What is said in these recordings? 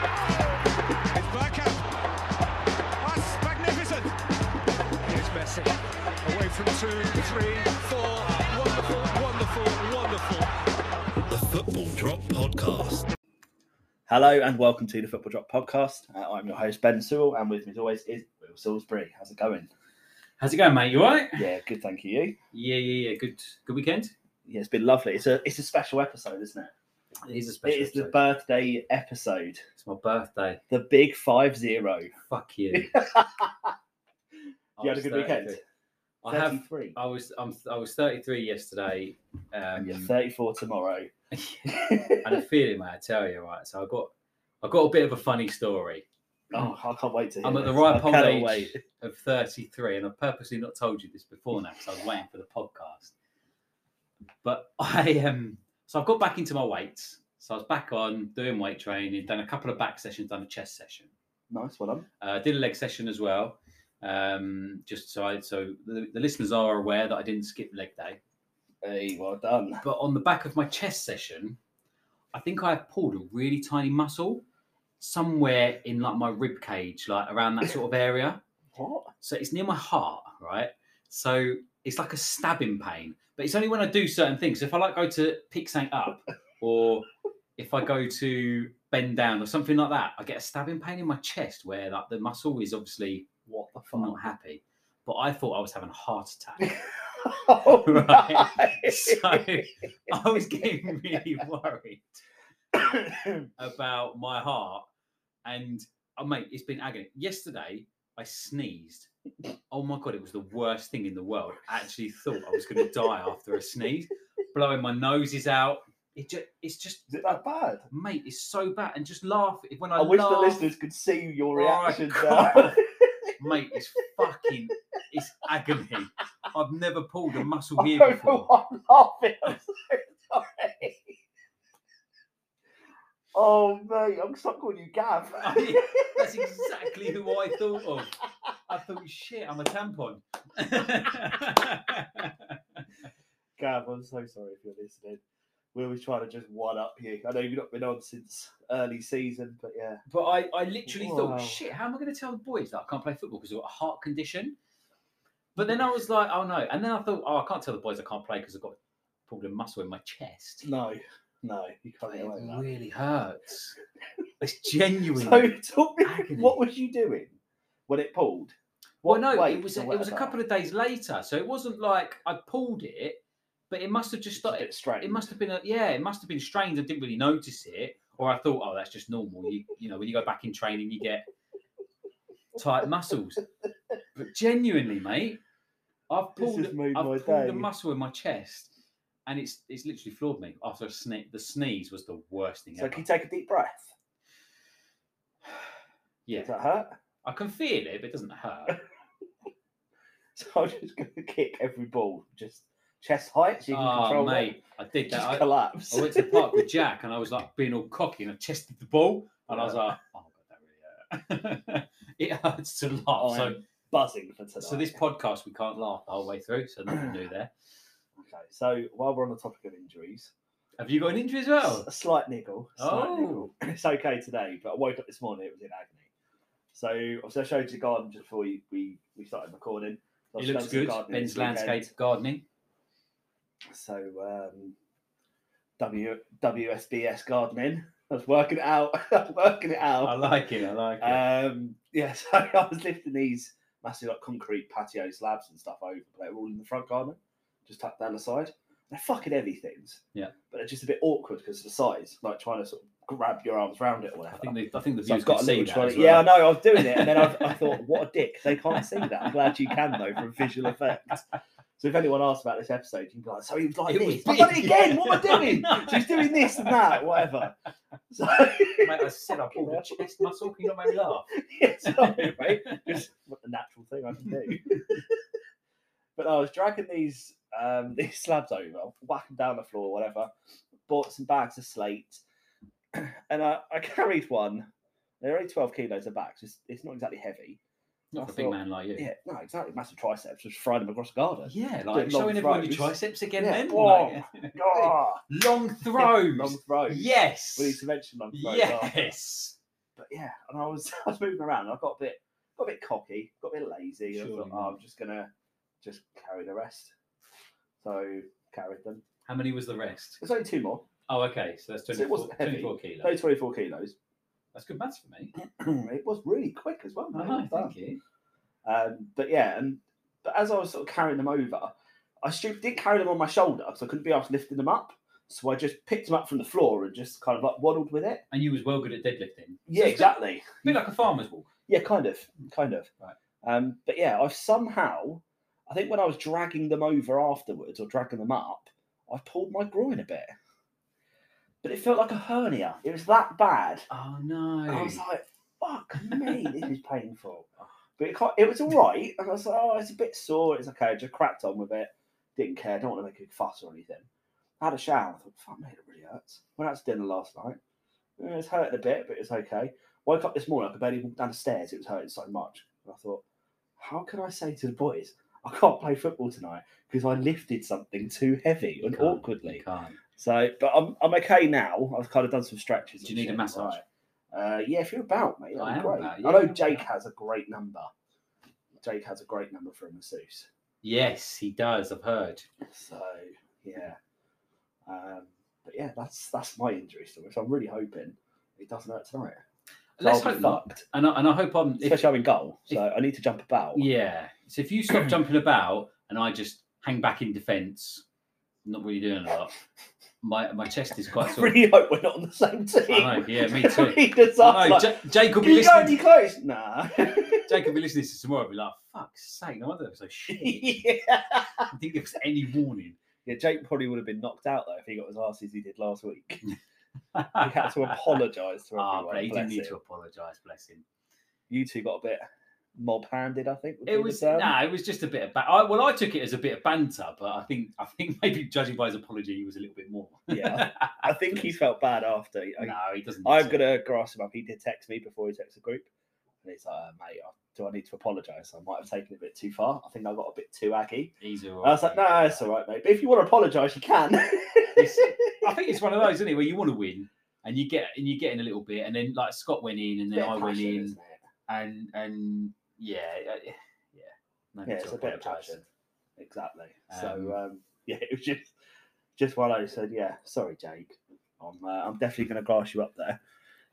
It's Bergkamp. That's magnificent. Here's Messi. Away from two, three, four. Wonderful, wonderful, wonderful. The Football Drop Podcast. Hello and welcome to the Football Drop Podcast. Uh, I'm your host Ben Sewell, and with me as always is Will Salisbury. How's it going? How's it going, mate? You alright? Yeah, good. Thank you. You? Yeah, yeah, yeah. Good, good weekend. Yeah, it's been lovely. It's a it's a special episode, isn't it? It is a it special. is the episode. birthday episode, It's my birthday. the big five zero. Fuck you. I You had a was good weekend? 33. I have. oh, 33. I was. I'm. I was 33 yesterday. And Um, you're 34 tomorrow. and a feeling, mate. I tell you, right. So I got. I got a bit of a funny story. Oh, I can't wait to. Hear I'm at the this. I ripe old cannot age wait. of 33, and I've purposely not told you this before now because I was waiting for the podcast. But I Um, so I got back into my weights. So I was back on doing weight training, done a couple of back sessions, done a chest session. Nice one. Uh, did a leg session as well. Um, just so I, so the, the listeners are aware that I didn't skip leg day. Hey, well done. But on the back of my chest session, I think I pulled a really tiny muscle somewhere in like my rib cage, like around that sort of area. What? So it's near my heart, right? So it's like a stabbing pain, but it's only when I do certain things. If I like go to pick something up, or if I go to bend down or something like that, I get a stabbing pain in my chest where like the muscle is obviously What the I'm fuck? not happy. But I thought I was having a heart attack. Oh, Right. nice. so I was getting really worried about my heart. And oh mate, it's been agony. Yesterday I sneezed. Oh my god, it was the worst thing in the world. I actually thought I was gonna die after a sneeze. Blowing my noses out. It just it's just Is it that bad? mate, it's so bad. And just laugh when I, I wish laugh, the listeners could see your Oh, I reaction. can't. mate, it's fucking it's agony. I've never pulled a muscle I here don't know before. why I'm laughing. I'm so sorry. Oh mate, I'm stuck calling you Gav. Oh, yeah, That's exactly who I thought of. I thought, shit, I'm a tampon. Gav, I'm so sorry if you're listening. We were trying to just one up you. I know you've not been on since early season, but yeah. but I, I literally Wow. thought, shit, how am I going to tell the boys that I can't play football because I've got a heart condition? But Hmm. then I was like, oh no. And then I thought, oh, I can't tell the boys I can't play because I've got pulled a muscle in my chest. No, no, you can't get It away with that. really hurts. It's genuine. So tell me, agony. what was you doing when it pulled? What Well, no, weight it was or a, it was a whatever? couple of days later, so it wasn't like I pulled it, but it must have just Just a started. bit strained. It must have been a yeah, it must have been strained. I didn't really notice it, or I thought, oh, that's just normal. You you know, when you go back in training, you get tight muscles. But genuinely, mate, I've This pulled has made I've my pulled day. a muscle in my chest, and it's it's literally floored me after a sneeze. The sneeze was the worst thing So ever. can you take a deep breath? Yeah. Does that hurt? I can feel it, but it doesn't hurt. So I'm just going to kick every ball just chest height so you can oh, control mate, I it. did Just that. I, collapse. I went to the park with Jack and I was like being all cocky and I chested the ball and I was like, oh my god, that really hurt. it hurts to laugh. I So am buzzing for tonight. so this podcast we can't laugh the whole way through, so nothing new there. Okay, so while we're on the topic of injuries, Have you got an injury as s- well? a slight niggle. Slight Oh. niggle. It's okay today, but I woke up this morning, it was in agony. So obviously I showed you the garden just before we, we, we started recording. So I've It looks done some good. gardening Ben's this weekend. landscape gardening. So um, w, WSBS gardening. I was working it out. I was working it out. I like it. I like it. Um, yeah, so I was lifting these massive like concrete patio slabs and stuff over, but they were all in the front garden, just tucked down the side. They're fucking heavy things. Yeah. But they're just a bit awkward because of the size, like trying to sort of grab your arms around it or whatever. I think the, I think the So viewers got little see that. trolley- as Yeah, I well. know. I was doing it, and then I, I thought, "What a dick!" They can't see that. I'm glad you can though, for a visual effect. So if anyone asks about this episode, you can be like, "So he was like It was this." I've done it big, again. yeah. What am I doing? I know. She's doing this and that, whatever. So, Mate, I said I pulled a chest muscle. Can you not make me laugh? yeah, sorry, mate. Just what the natural thing I can do. but I was dragging these um, these slabs over, whacking down the floor, whatever. Bought some bags of slate, and I, I carried one. They're only twelve kilos a bag, so it's, it's not exactly heavy. Not for I a big thought, man like you. Yeah, no, exactly. Massive triceps, just frying them across the garden. Yeah, like long showing everyone your throws. triceps again Yeah, then. whoa. like- Ah, long throws. long throws. Yes. We need to mention long throws. after. yes. but yeah, and I was I was moving around. And I got a bit got a bit cocky, got a bit lazy. and I Surely thought, not. "Oh, I'm just gonna just carry the rest. So carried them. How many was the rest? There's only two more. Oh, okay. So that's So it 24, wasn't heavy. 24 Only kilos. 24 kilos. That's good maths for me. it was really quick as well. I mate, know, well done. Oh, thank you. Um, but yeah, and but as I was sort of carrying them over, I stu- did carry them on my shoulder because I couldn't be asked lifting them up. So I just picked them up from the floor and just kind of like waddled with it. And you was well good at deadlifting. Yeah, So it's got- exactly. A bit like a farmer's walk. Yeah, kind of, kind of. Right. Um, but yeah, I've somehow, I think when I was dragging them over afterwards or dragging them up, I pulled my groin a bit, but it felt like a hernia. It was that bad. Oh, no. I was like, "Fuck me, this is painful." But it, ca- it was all right, and I was like, "Oh, it's a bit sore. It's okay." Just cracked on with it. Didn't care. Don't want to make a fuss or anything. I had a shower. I thought, "Fuck, mate, it really hurts." Went out to dinner last night. It was hurting a bit, but it's okay. Woke up this morning. I could barely walk down the stairs. It was hurting so much. And I thought, "How can I say to the boys?" I can't play football tonight because I lifted something too heavy You and can't, you awkwardly. can't. So, but I'm, I'm okay now. I've kind of done some stretches. Do and you need a shit, massage? right. Uh, yeah, if you're about, mate, that'd I be am great. about, I know yeah. Jake has a great number. Jake has a great number for a masseuse. Yes, he does. I've heard. So yeah, um, but yeah, that's that's my injury story. So I'm really hoping it doesn't hurt tonight. 'Cause Let's I'll be hope not. fucked. And I, and I hope I'm. if- Especially I'm in goal, so if- I need to jump about. Yeah. So if you stop jumping about and I just hang back in defence, not really doing a lot. My my chest is quite I sore. really hope we're not on the same team. I know, yeah, me too. Really does I sound know, like, Ja- Jake will Can be you go any listening. close? Nah. Jake will be listening to tomorrow. and Be like, fuck's sake, no wonder it was so shit. yeah. I didn't give us any warning. Yeah, Jake probably would have been knocked out though if he got as arse as he did last week. He had to apologise to Ah, everyone. but he bless didn't need to him. apologise. Bless him. You two got a bit mob handed, I think. would be It the was term. nah. It was just a bit of. Ba- I, well, I took it as a bit of banter, but I think I think maybe judging by his apology, he was a little bit more. Yeah, I think he felt bad after. I, no, he doesn't. I'm deserve it. gonna grass him up. He did text me before he texted the group, and he's like, uh, "Mate, I- do I need to apologise? I might have taken it a bit too far. I think I got a bit too aggy." He's all I was like, right. "No, it's all right, mate. But if you want to apologise, you can." I think it's one of those, isn't it, where you want to win and you get and you get in a little bit, and then like Scott went in, and then Bit of I went passion, in, isn't it? and and yeah, uh, yeah, no Yeah, need to it's a bit of apologise. passion. Exactly. Um, so um, yeah, it was just just while I said, yeah, sorry, Jake. I'm uh, I'm definitely going to grass you up there.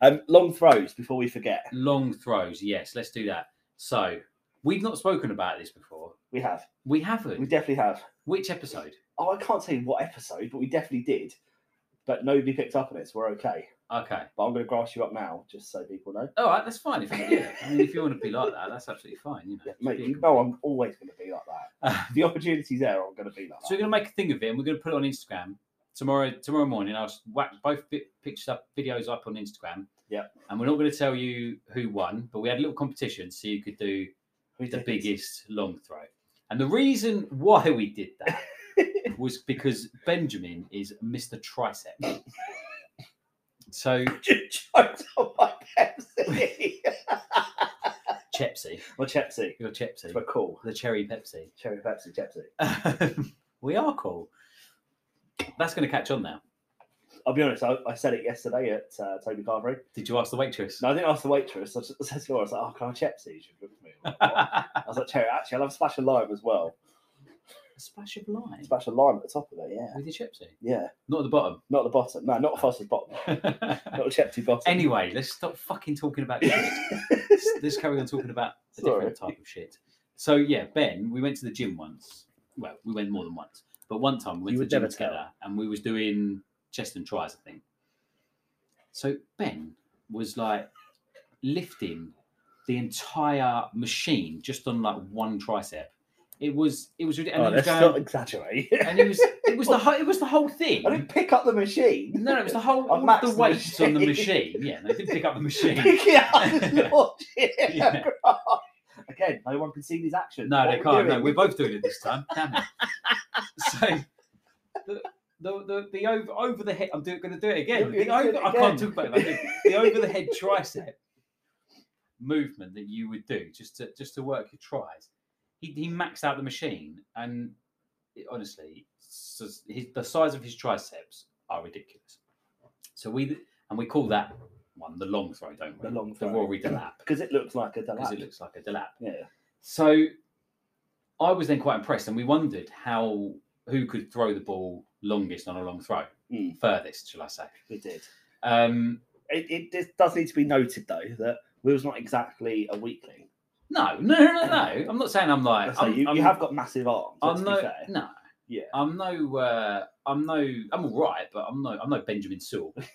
Um, long throws before we forget. Long throws, yes, let's do that. So we've not spoken about this before. We have. We We haven't. definitely have. Which episode? Oh, I can't tell you what episode, but we definitely did. But nobody picked up on it, so we're okay. Okay, But I'm going to grass you up now, just so people know. all right, that's fine. If you, yeah. I mean, if you want to be like that, that's absolutely fine. You know, Yeah, mate, Be a you good know boy. I'm always going to be like that. Uh, If the opportunity's there, I'm going to be like So we're that. going to make a thing of it, and we're going to put it on Instagram tomorrow. Tomorrow morning, I'll whack both pi- pictures up, videos up on Instagram, Yep. And we're not going to tell you who won, but we had a little competition so you could do We the did. biggest long throw. And the reason why we did that was because Benjamin is Mr. Tricep. So, Just choked on my Pepsi. Chepsy, well, Chepsi. your Chepsy, We're cool. the cherry Pepsi. Cherry Pepsi, Chepsi. Um, we are cool. That's going to catch on now. I'll be honest, I, I said it yesterday at uh, Toby Carvery. Did you ask the waitress? No, I didn't ask the waitress. I just- I said to her, I was like, oh, can I have Chepsi? She looked at me. I was like, "What?" I was like, Cherry, actually, I'll have a splash of lime as well. A splash of lime Splash of lime at the top of it, yeah. with your Chepsy, Yeah, not at the bottom. not the bottom. No, not Foster's bottom. Not Chepsi bottom. Anyway, let's stop fucking talking about shit. let's, let's carry on talking about a different type of shit. So yeah, Ben, we went to the gym once. Well, we went more than once, but one time we went You to would the gym never tell. together, and we was doing chest and tries, I think. So Ben was like lifting the entire machine just on like one tricep. It was it was ridiculous. Oh, And, let's he was not going, exaggerate. and it was it was the whole it was the whole thing. I didn't pick up the machine. No, no, it was the whole I all maxed the the weights on the machine. machine. Yeah, they didn't pick up the machine. Pick it up and launch it Yeah. across. Again, no one can see these actions. No, What they we can't. No, doing? we're both doing it this time. Damn it. So the the the, the over, over the head. I'm doing, going to do it again. You're The gonna do over, it I can't again. talk about it. but the- The over the head tricep movement that you would do just to just to work your tries. He, he maxed out the machine, and it- honestly, s- s- his, the size of his triceps are ridiculous. So we and we call that one the long throw, don't we? The long the throw. Rory Delap Because it looks like a because delap. it looks like a Delap. yeah. So I was then quite impressed, and we wondered how who could throw the ball longest on a long throw, Mm. furthest, shall I say? We did. Um, It, it does- does need to be noted though that Will's not exactly a weakling. no, no, no, no, no. I'm not saying I'm like So I'm, you, I'm- you have got massive arms. Let's I'm be no, fair. no. Yeah. I'm no. Uh, I'm no. I'm all right, but I'm no. I'm no Benjamin Saul.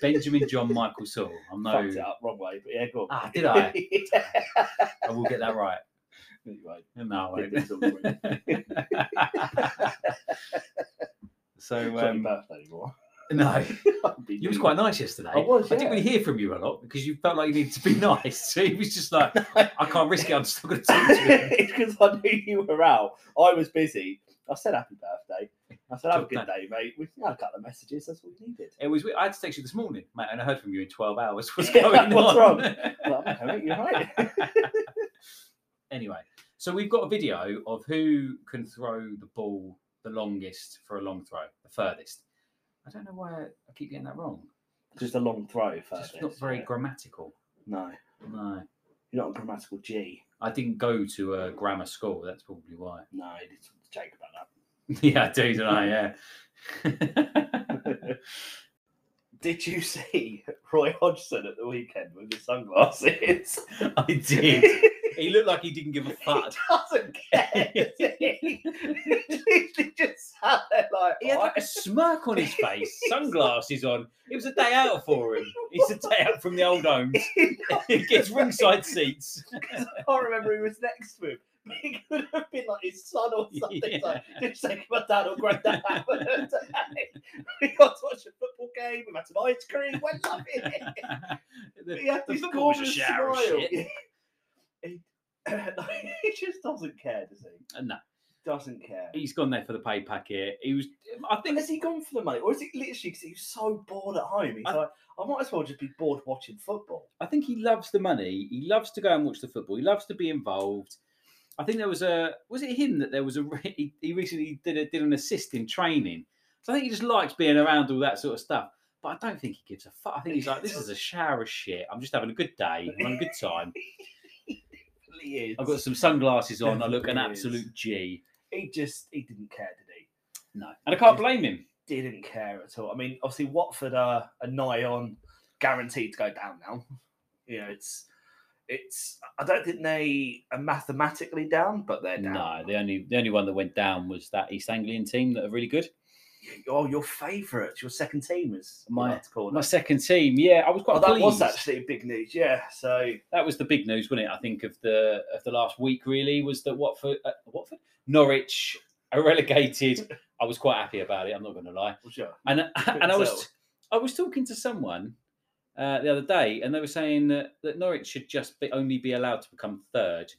Benjamin John Michael Saul. I'm no. Fucked it up wrong way, but yeah, go on. Ah, did I? Yeah. I will get that right. Anyway, No, did this all for you. I won't. so It's not your um, birthday anymore. no. I'd be You was rude. quite nice yesterday. I was, I didn't yeah. really hear from you a lot because you felt like you needed to be nice. So he was just like, I can't risk it. I'm just not going to talk to him. it's because I knew you were out. I was busy. I said happy birthday. I said have a good Job day, mate. We had a couple of messages. That's what we needed. It was. weird. I had to text you this morning, mate, and I heard from you in 12 hours. What's Yeah, going what's on? wrong? Well, I'm okay, mate, you're right. anyway, so we've got a video of who can throw the ball the longest for a long throw, the furthest. I don't know why I keep getting that wrong. Just a long throw It's first. just not very grammatical. No, No. you're not a grammatical G. I didn't go to a grammar school. That's probably why. No, I did talk to Jake about that. yeah, I do, don't I? Yeah. Did you see Roy Hodgson at the weekend with his sunglasses? I did. he looked like he didn't give a fuck. He doesn't care. does he? He just sat there like, He had like a smirk on his face, sunglasses on. It was a day out for him. It's a day out from the old homes. he gets ringside seats. I can't remember who was next to him. It could have been like his son or something. Yeah. Like, just take my dad or granddad out for the day. We got to watch a football game. We've had some ice cream. We're loving it. The- He had the this football was a gorgeous shower of smile. shit. he, he just doesn't care, does he? Uh, No, Doesn't care. he's gone there for the pay packet. He was. I think. Has he gone for the money, or is it literally because he was so bored at home? He's I- like, I might as well just be bored watching football. I think he loves the money. He loves to go and watch the football. He loves to be involved. I think there was a was it him that there was a re- he, he recently did a, did an assist in training. So I think he just likes being around all that sort of stuff. But I don't think he gives a fuck. I think he's like, this is a shower of shit. I'm just having a good day. I'm having a good time. He is. I've got some sunglasses on. I look an Yes. absolute G. He just he didn't care, did he? No, and I can't blame him. didn't care at all. I mean, obviously Watford are, are nigh on guaranteed to go down now. You know, it's it's. I don't think they are mathematically down, but they're down. No, the only the only one that went down was that East Anglian team that are really good. Oh, your favourite, your second team is My- my to call My it. second team, yeah, I was quite Oh, that was pleased. actually big news. Yeah, so that was the big news, wasn't it? I think of the of the last week really was that Watford, uh, Watford, Norwich are relegated. I was quite happy about it. I'm not going to lie, well, sure. and and I was Yourself. I was talking to someone uh, the other day, and they were saying that, that Norwich should just be, only be allowed to become third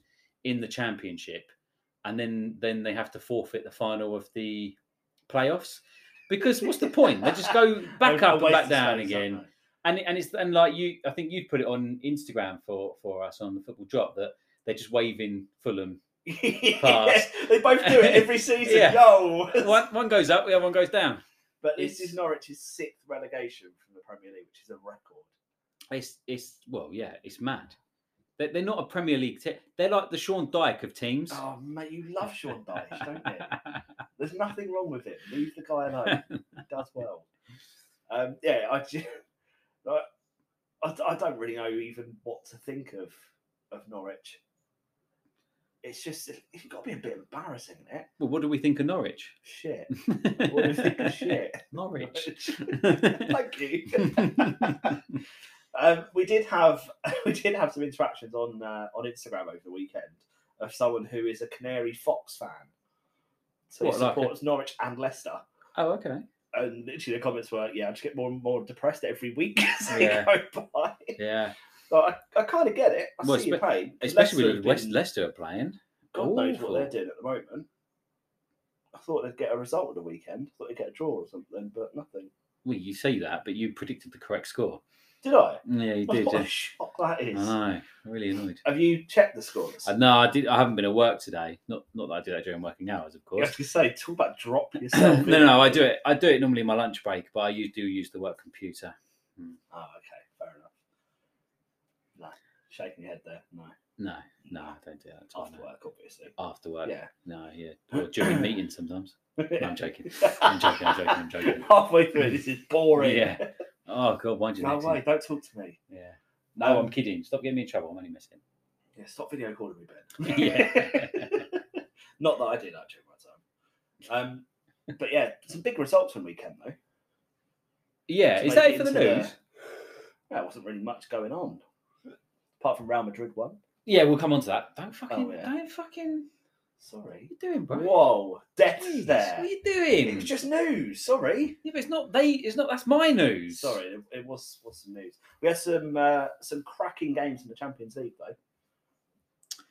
in the championship, and then then they have to forfeit the final of the playoffs. Because what's the point? They just go back A- a up and waste back of down space, again. aren't And and it's and like you, I think you put it on Instagram for for us on the football drop that they're just waving Fulham. they? Pass. they both do it every season. Yeah. Yo, One one goes up, the other one goes down. but this it's- is Norwich's sixth relegation from the Premier League, which is a record. It's it's well, yeah, it's mad. They're, they're not a Premier League team. They're like the Sean Dyke of teams. Oh mate, you love Sean Dyche, don't you? There's nothing wrong with him. Leave the guy alone. he does well. Um, yeah, I just, I, I, I don't really know even what to think of of Norwich. It's just it's got to be a bit embarrassing, isn't it? well, what do we think of Norwich? Shit. What do you think of shit? Norwich. Thank you. um, we did have we did have some interactions on uh, on Instagram over the weekend of someone who is a Canary Fox fan, so What, he like a- supports Norwich and Leicester. oh, okay. and literally the comments were, "Yeah, I just get more and more depressed every week as they Yeah. go by." Yeah, So I, I kind of get it. I Well, see your espe- pain, especially Leicester with have West been- Leicester are playing. God knows Awful. what they're doing at the moment. I thought they'd get a result at the weekend. I thought they'd get a draw or something, but nothing. Well, you say that, but you predicted the correct score. Did I? Yeah, you did. What yeah. a shock that I is. know. I'm really annoyed. Have you checked the scores? Uh, no, I did. I haven't been at work today. Not not that I do that during working hours, of You have course. to say, talk about drop no, yourself. no, I do it. I do it normally in my lunch break, but I u- do use the work computer. Oh, okay, fair enough. No, shaking your head there. No, No, no, I don't do that. at all, after no. work, obviously. After work. Yeah. No, yeah. Or during meetings sometimes. No, I'm joking. I'm joking. I'm joking. I'm joking. Halfway through, this is boring. Yeah. Oh God, mind you. No next way, don't talk to me. Yeah. No, Um, I'm kidding. Stop getting me in trouble. I'm only messing. Yeah, stop video calling me, Ben. Yeah. Not that I do that during my time. Um, but yeah, some big results from weekend though. Yeah. To make Is that it it for the into news? Yeah, there wasn't really much going on. Apart from Real Madrid one. Yeah, we'll come on to that. Don't fucking. Oh, yeah. Don't fucking. Sorry. What are you doing, bro? Whoa, death Jeez, there. What are you It doing? was just news. Sorry. Yeah, but it's not they. It's not. That's my news. Sorry, it, it was was some news. We had some uh, some cracking games in the Champions League though.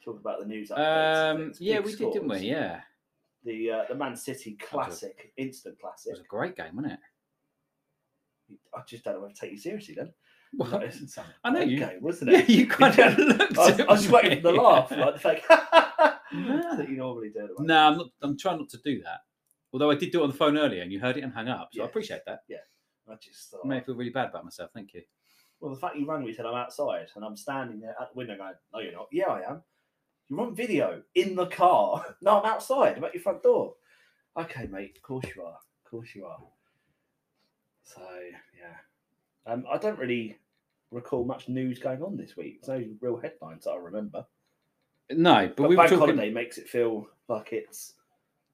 Talk about the news updates. and Um. things, Yeah, big we did, didn't we? scores. Yeah. The uh, the Man City classic, instant It classic. was a great game, wasn't it? I just don't know whether to take you seriously then. Well, That isn't something. I know you- Okay, wasn't yeah, it? you kind of looked. I was, I at was waiting me. for the laugh, like the fake No. that you normally do. Like, No, I'm not. I'm trying not to do that. Although I did do it on the phone earlier, and you heard it and hung up, so I Yes. appreciate that. I just I thought. may feel really bad about myself. Thank you. Well, the fact you rang me said I'm outside and I'm standing there at the window going, "No, you're not. Yeah, I am. You're on video in the car. no, I'm outside. I'm at your front door. Okay, mate. Of course you are. Of course you are. So yeah, um, I don't really recall much news going on this week. There's no real headlines that I remember. No, but, But, we were bank talking. holiday makes it feel like it's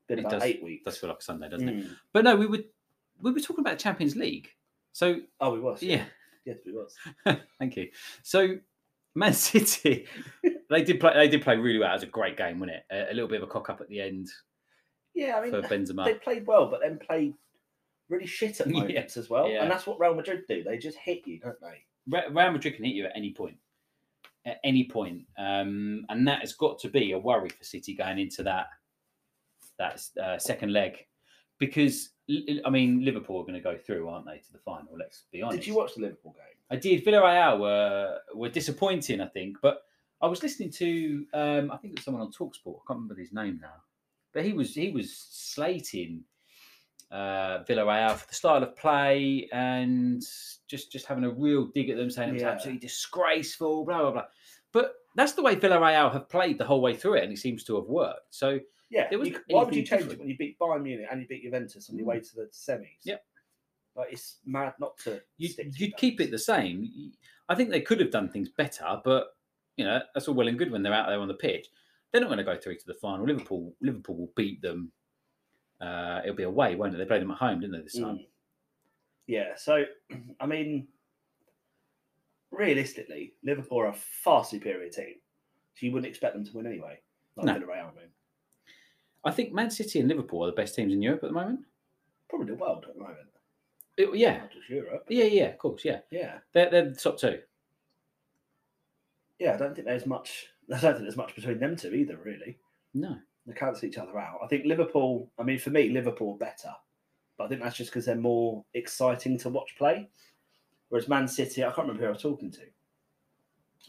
been It about does- eight weeks. does feel like a Sunday, doesn't it? Mm. But no, we were we were talking about the Champions League. So Oh, we was. yeah, Yes, we was. thank you. So Man City, they did play. They did play really well. It was a great game, wasn't it? A, a little bit of a cock up at the end Yeah, I mean, for they Benzema. played well, but then played really shit at Yeah, moments as well. yeah. And that's what Real Madrid do. They just hit you, don't they? Re- Real Madrid can hit you at any point, at any point, um, and that has got to be a worry for City going into that that uh, second leg, because Li- I mean Liverpool are going to go through, aren't they, to the final? Let's be honest. Did you watch the Liverpool game? I did. Villarreal were were disappointing, I think. But I was listening to um, I think it was someone on Talksport. I can't remember his name now, but he was he was slating uh, Villarreal for the style of play and just just having a real dig at them, saying it was Yeah. absolutely disgraceful, blah blah blah. But that's the way Villarreal have played the whole way through it, and it seems to have worked. So Yeah. There you- wasn't why would you anything change different. Mm. it when you beat Bayern Munich and you beat Juventus on your way to the semis? Yep. Like, it's mad not to. you'd, stick to you'd that. keep it the same. Y- I think they could have done things better, but you know that's all well and good when they're out there on the pitch. They're not going to go through to the final. Liverpool, Liverpool will beat them. Uh, it'll be away, won't it? They played them at home, didn't they? This time, Mm. Yeah. So, I mean, realistically, Liverpool are a far superior team. So you wouldn't expect them to win anyway. Like No. Villarreal, I mean. I think Man City and Liverpool are the best teams in Europe at the moment. Probably the world at the moment. It- yeah, Not just Europe. yeah, yeah. Of course, yeah. Yeah. They're, they're the top two. Yeah, I don't think there's much. I don't think there's much between them two either, really. No, They cancel each other out. I think Liverpool. I mean, for me, Liverpool are better, but I think that's just because they're more exciting to watch play. Whereas Man City, I can't remember who I was talking to,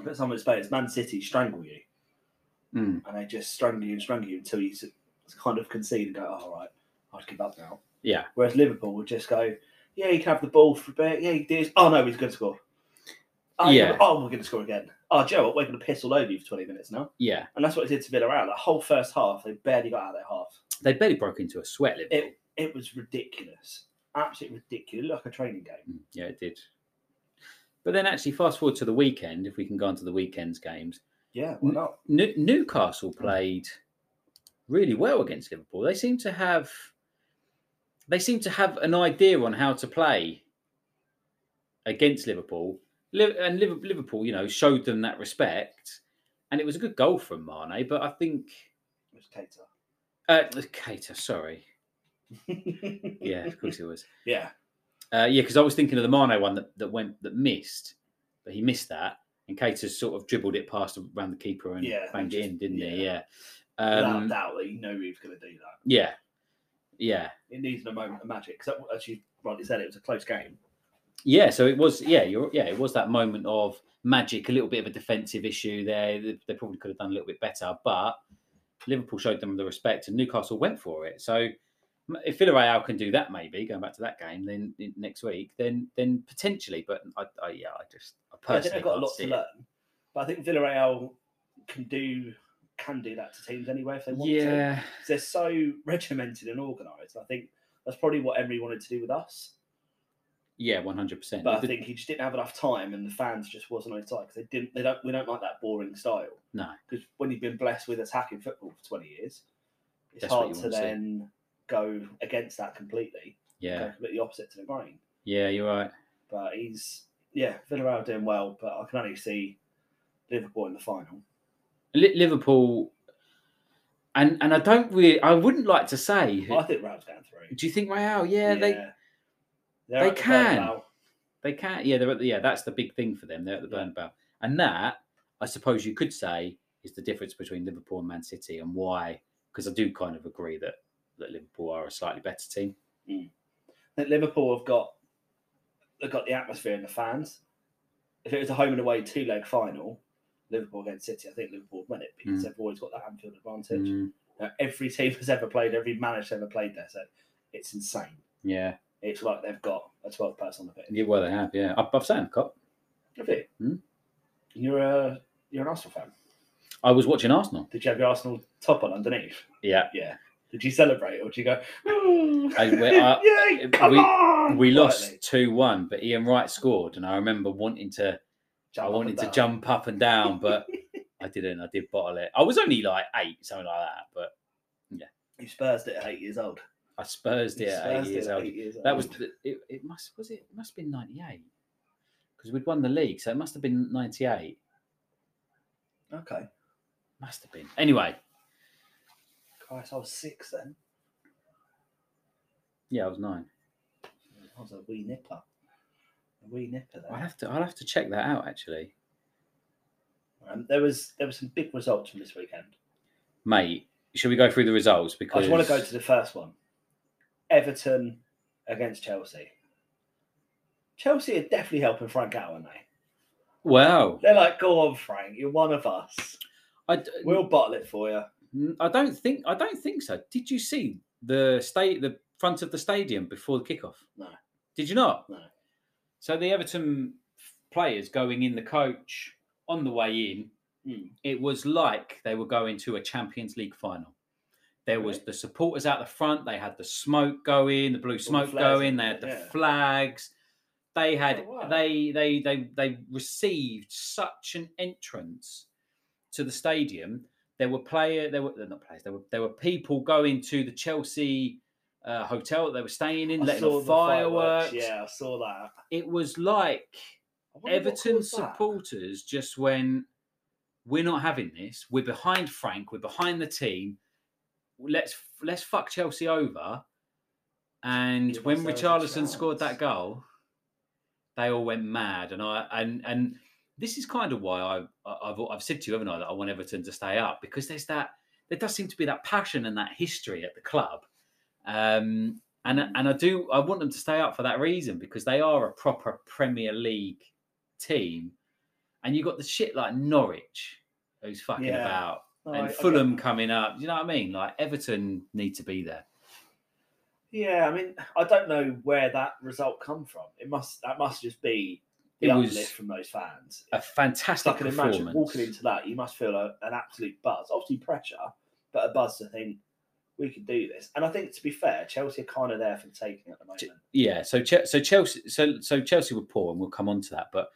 but someone was saying it's Man City strangle you, Mm. and they just strangle you and strangle you until you s- kind of concede and go, "Oh, "All right, I'd give up now." yeah, Whereas Liverpool would just go, "Yeah, you can have the ball for a bit. Yeah, he did. Oh no, he's going to score. Oh, he's Yeah. gonna- oh, we're going to score again. Oh, Joe, we're going to piss all over you for twenty minutes now." yeah. And that's what it did to Villarreal. The whole first half, they barely got out of their half. They barely broke into a sweat. Liverpool. It it was ridiculous. Absolutely ridiculous. Like a training game. Mm, Yeah, it did. But then, actually, fast forward to the weekend. If we can go on to the weekend's games, Yeah, Mm. why not? New- Newcastle Hmm. played really well against Liverpool. They seem to have they seem to have an idea on how to play against Liverpool. Liv- And Liv- Liverpool, you know, showed them that respect. And it was a good goal from Mane, but I think It was Cater. uh Cater, sorry. Yeah, of course it was. yeah. Uh, yeah, because I was thinking of the Mane one that, that went that missed, but he missed that, and Cater sort of dribbled it past around the keeper and Yeah, banged it just- in, didn't he? yeah. Yeah. Um, Without doubt, you know he was going to do that. Yeah. Yeah. It needed a moment of magic. Because as you rightly said, it was a close game. Yeah. So it was, yeah, you're, yeah, it was that moment of magic, a little bit of a defensive issue there. They, they probably could have done a little bit better, but Liverpool showed them the respect and Newcastle went for it. So m- if Villarreal can do that, maybe going back to that game, then in- next week, then, then potentially, but I, I yeah, I just, I I think personally, they've got a can't lot see to it. learn. But I think Villarreal can do can do that to teams anyway if they want to. Yeah. 'Cause They're so regimented and organised. I think that's probably what Emery wanted to do with us. Yeah. 100%. But I The- think he just didn't have enough time, and the fans just wasn't on his side because they didn't. They don't. We don't like that boring style. no. Because when you've been blessed with attacking football for twenty years, it's That's what hard you to want to see. then go against that completely. Yeah. Go completely opposite to the grain. Yeah. You're right. But he's yeah, Villarreal doing well, but I can only see Liverpool in the final. Li- Liverpool. And, and I don't really, I wouldn't like to say. who- I think Real's going through. Do you think Real? Yeah, they They're they at the can. Bernabeu. they can't. Yeah, they're at the, yeah. That's the big thing for them. They're at the Yeah. Bernabeu, and that I suppose you could say is the difference between Liverpool and Man City, and why? Because I do kind of agree that that Liverpool are a slightly better team. I think Liverpool have got they've got the atmosphere and the fans. If it was a home and away two leg final, Liverpool against City, I think Liverpool would win it because Mm. they've always got that Anfield advantage. Mm, Now, every team has ever played, every manager ever played there, so it's insane. yeah, It's like they've got a 12 person on the pitch. yeah. Well, they have. Yeah, I've, I've sat in cop. Have you? Mm. You're a you're an Arsenal fan. I was watching Arsenal. Did you have your Arsenal top on underneath? Yeah, Yeah. Did you celebrate or did you go? "Ooh, I- we- I- yay, come we- on!" we Quietly. lost two one, but Ian Wright scored, and I remember wanting to. Jump I up wanted and to down. jump up and down, but I didn't. I did bottle it. I was only like eight, something like that, but You Spursed it at eight years old. I Spursed You it at Spursed eight it years at old. eight years That was old. the, it, it. Must was it? it Must have been ninety eight because we'd won the league, so it must have been ninety eight. okay. Must have been. Anyway, Christ, I was six then. yeah, I was nine. I was a wee nipper. A wee nipper I will there. have to. I'll have to check that out. Actually, Um, there was there were some big results from this weekend. mate, should we go through the results? I Because just want to go to the first one. Everton against Chelsea. Chelsea are definitely helping Frank out, aren't they? Wow. They're like, go on, Frank, you're one of us. I, d- We'll bottle it for you. Mm, I don't think I don't think so. Did you see the state the front of the stadium before the kickoff? No. Did you not? No. So the Everton players going in the coach on the way in, Mm. it was like they were going to a Champions League final. There was Right. the supporters out the front. They had the smoke going, the blue smoke flares, going. They had the yeah. flags. They had Oh, wow. they they they they received such an entrance to the stadium. There were player there were not players. There were there were people going to the Chelsea uh, hotel that they were staying in, I letting saw off the fireworks. Yeah, I saw that. It was like I wonder what Everton caused that. supporters just went, "We're not having this. We're behind Frank. We're behind the team. Let's let's fuck Chelsea over." And Give when ourselves a Richarlison scored chance. that goal, they all went mad. And I and and this is kind of why I, I I've I've said to you, haven't I, that I want Everton to stay up because there's that there does seem to be that passion and that history at the club. Um, and and I do I want them to stay up for that reason because they are a proper Premier League team, and you got the shit like Norwich who's fucking Yeah. about No, I- I and get Fulham that. coming up. You know what I mean? Like Everton need to be there. Yeah, I mean, I don't know where that result come from. It must that must just be the It was- uplift from those fans. So A I fantastic can performance. imagine walking into that, you must feel a, an absolute buzz. Obviously pressure, but a buzz to think we can do this. And I think to be fair, Chelsea are kind of there for the taking at the moment. Ch- yeah, so Che- so Chelsea so so Chelsea were poor, and we'll come on to that. But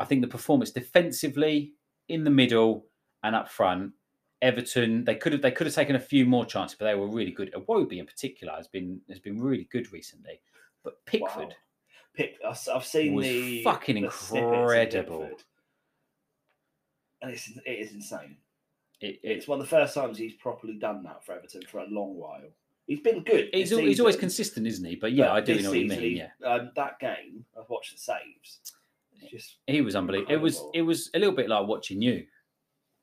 I think the performance defensively, in the middle, and up front, Everton they could have they could have taken a few more chances, but they were really good. Iwobi in particular has been has been really good recently. But Pickford, Wow. Pick, I s- I've seen Was the fucking the snippets of incredible. Pickford. and it's it is insane. it, It's it's one of the first times he's properly done that for Everton for a long while. He's been good. he's, this al- he's always season. consistent, isn't he? But yeah, But I do this know what you season, mean. he- Yeah, um, that game, I've watched the saves. It's just he was unbelievable. It was incredible. it was a little bit like watching you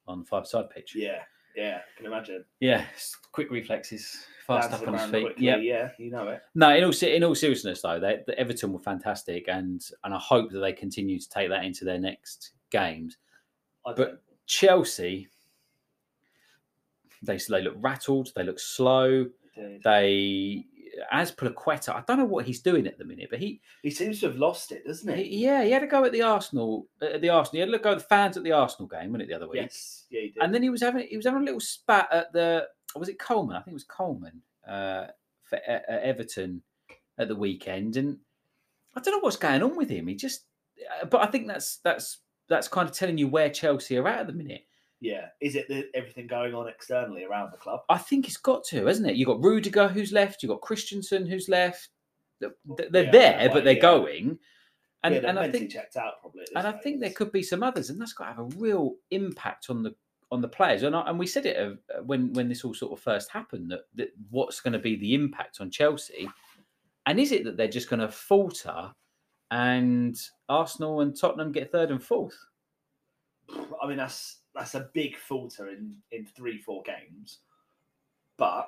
on five side pitch. yeah, yeah. I can imagine. yeah, s- quick reflexes, fast Bounces up on his around feet. quickly, Yeah, yeah, you know it. No, in all se- in all seriousness though, they, the Everton were fantastic, and and I hope that they continue to take that into their next games. I But- don't- Chelsea, they they look rattled, they look slow. dude. They as Plaqueta, I don't know what he's doing at the minute, but he, he seems to have lost it, doesn't he? he yeah, he had a go at the Arsenal at the Arsenal. He had a go at the fans at the Arsenal game, wasn't it, the other week? yes, yeah, he did. And then he was having he was having a little spat at the was it Coleman? I think it was Coleman uh, for E- at Everton at the weekend, and I don't know what's going on with him. He just, uh, but I think that's that's that's kind of telling you where Chelsea are at at the minute. yeah, is it the, everything going on externally around the club? I think it's got to, hasn't it? You got Rudiger who's left, you got Christensen who's left. They're, they're Yeah, there, well, but they're yeah. going, and yeah, they're and I mentally think checked out probably. at this and I rate. think there could be some others, and that's got to have a real impact on the on the players. And I, and we said it uh, when when this all sort of first happened that, that what's going to be the impact on Chelsea, and is it that they're just going to falter, and Arsenal and Tottenham get third and fourth? I mean, that's that's a big falter in in three four games, but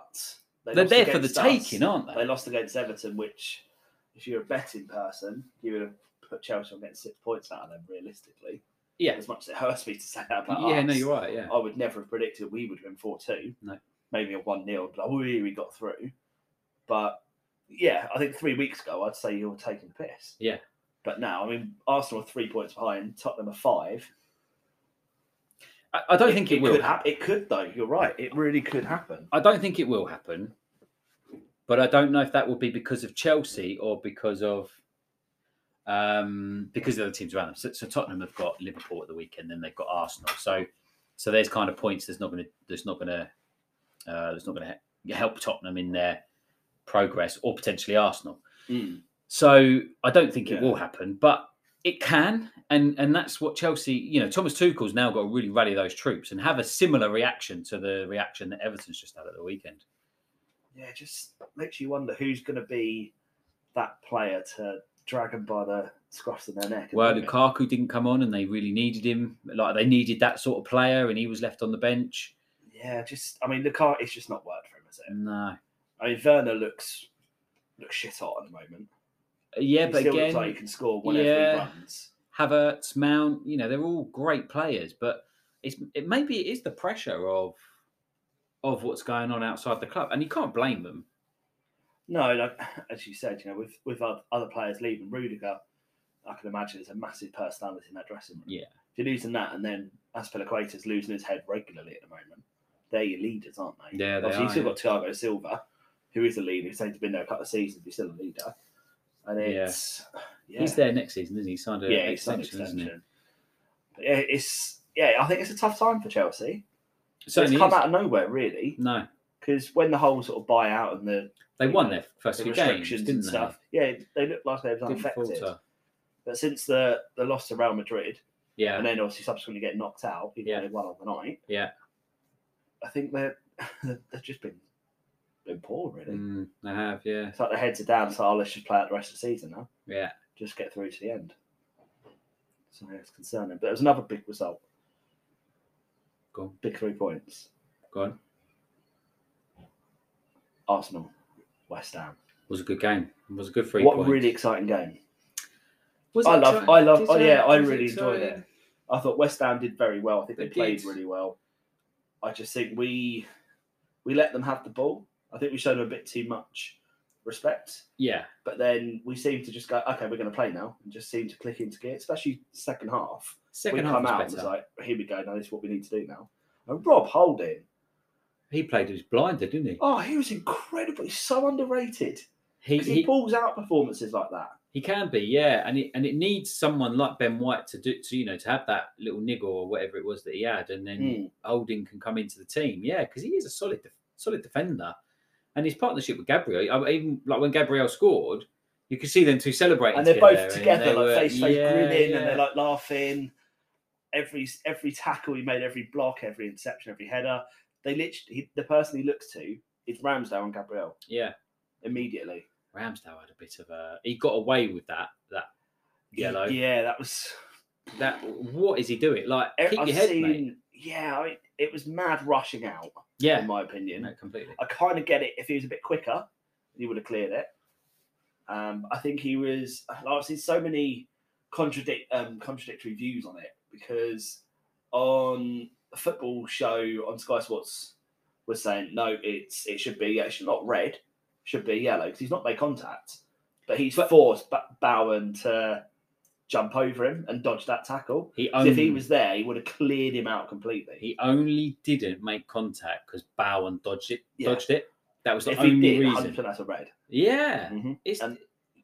they They're lost there for the against us. taking, aren't they? They lost against Everton, which, if you're a betting person, you would have put Chelsea on getting six points out of them realistically. yeah, As much as it hurts me to say that about yeah. us, No, you're right. Yeah, I would never have predicted we would win four two. No. maybe a one 0 But we we got through. But yeah, I think three weeks ago I'd say you were taking the piss. Yeah. But now, I mean, Arsenal are three points behind, Tottenham are five. I, I don't think it, will. Could hap- it could though. You're right. It really could happen. I don't think it will happen, but I don't know if that will be because of Chelsea or because of um, because of the other teams around them. So, so Tottenham have got Liverpool at the weekend, then they've got Arsenal. So so there's kind of points that's not going to that's not going to uh, that's not going to he- help Tottenham in their progress or potentially Arsenal. So I don't think it Yeah. will happen, but it can, and and that's what Chelsea. You know, Thomas Tuchel's now got to really rally those troops and have a similar reaction to the reaction that Everton's just had at the weekend. Yeah, it just makes you wonder who's going to be that player to drag them by the scruffs of their neck. at the Well, moment. Lukaku didn't come on, and they really needed him. Like they needed that sort of player, and he was left on the bench. yeah, just I mean, Lukaku it's just not worked for him, is it? No, I mean, Werner looks looks shit hot at the moment. yeah, he but still again, looks like he can score whenever yeah. he runs. Havertz, Mount, you know, they're all great players, but it's it maybe it is the pressure of of what's going on outside the club, and you can't blame them. No, like as you said, you know, with with oth- other players leaving, Rudiger, I can imagine is a massive personality in that dressing room. Yeah. if you're losing that, and then Aspilicueta's losing his head regularly at the moment, they're your leaders, aren't they? Yeah, they Obviously, are, you've still got Thiago Silva, who is a leader. He's only been there a couple of seasons. He's still a leader, and Yeah. it's yeah, He's there next season, isn't he? He signed an yeah, he's done extension, extension. isn't he? But yeah, it's yeah, I think it's a tough time for Chelsea. So it's Certainly come is. out of nowhere, really, No, because when the whole sort of buyout and the they you won know, their first the few games, restrictions didn't and they? stuff. Yeah, they looked like they were Didn't unaffected. falter. But since the the loss to Real Madrid Yeah, and then obviously subsequently get knocked out, even Yeah. though they won on the night. Yeah. I think they're they've just been been poor, really. Mm, I have, yeah, It's like the heads are down, so oh, let's just play out the rest of the season now. yeah. Just get through to the end. So yeah, it's concerning. But it was another big result. Go on, Big three points. go on. Arsenal, West Ham. was a good game. It was a good three what points. a really exciting game. Was I it love, exciting? I love, Did oh you- yeah, I was really enjoyed exciting? it. I thought West Ham did very well. I think they, They played did. really well. I just think we we let them have the ball. I think we showed them a bit too much respect. Yeah, But then we seemed to just go, okay, we're going to play now, and just seemed to click into gear, especially second half. second we half come was out and better. was like, here we go, now this is what we need to do now. And Rob Holding, he played. He was blinded, didn't he? oh, he was incredible. He's so underrated. He, 'Cause He, he pulls out performances like that. He can be, yeah, and it and it needs someone like Ben White to do to you know to have that little niggle or whatever it was that he had, and then Mm. Holding can come into the team, yeah, because he is a solid def- solid defender, and his partnership with Gabriel, I- even like when Gabriel scored, you could see them two celebrating, and they're both and they together, were- like face to face, yeah, grinning, and yeah. they're like laughing. Every every tackle he made, every block, every interception, every header, they literally he, the person he looks to is Ramsdale and Gabriel yeah. immediately. Ramsdale had a bit of a, he got away with that that yellow. yeah, that was. That what is he doing? Like keep I've your head, seen, mate. yeah, I mean, it was mad rushing out, in Yeah, my opinion. no, completely. I kind of get it. If he was a bit quicker, he would have cleared it. Um, I think he was. I've seen so many contradict um, contradictory views on it because on a football show on Sky Sports was saying no, it's it should be actually not red, should be yellow because he's not made contact, but he's forced ba- Bowen to jump over him and dodge that tackle. He 'Cause if he owned- was there, he would have cleared him out completely. He only didn't make contact because Bowen dodged it. Yeah. Dodged it. That was the if he only did, reason. 100% that's a red. Yeah, Mhm. it's And- and,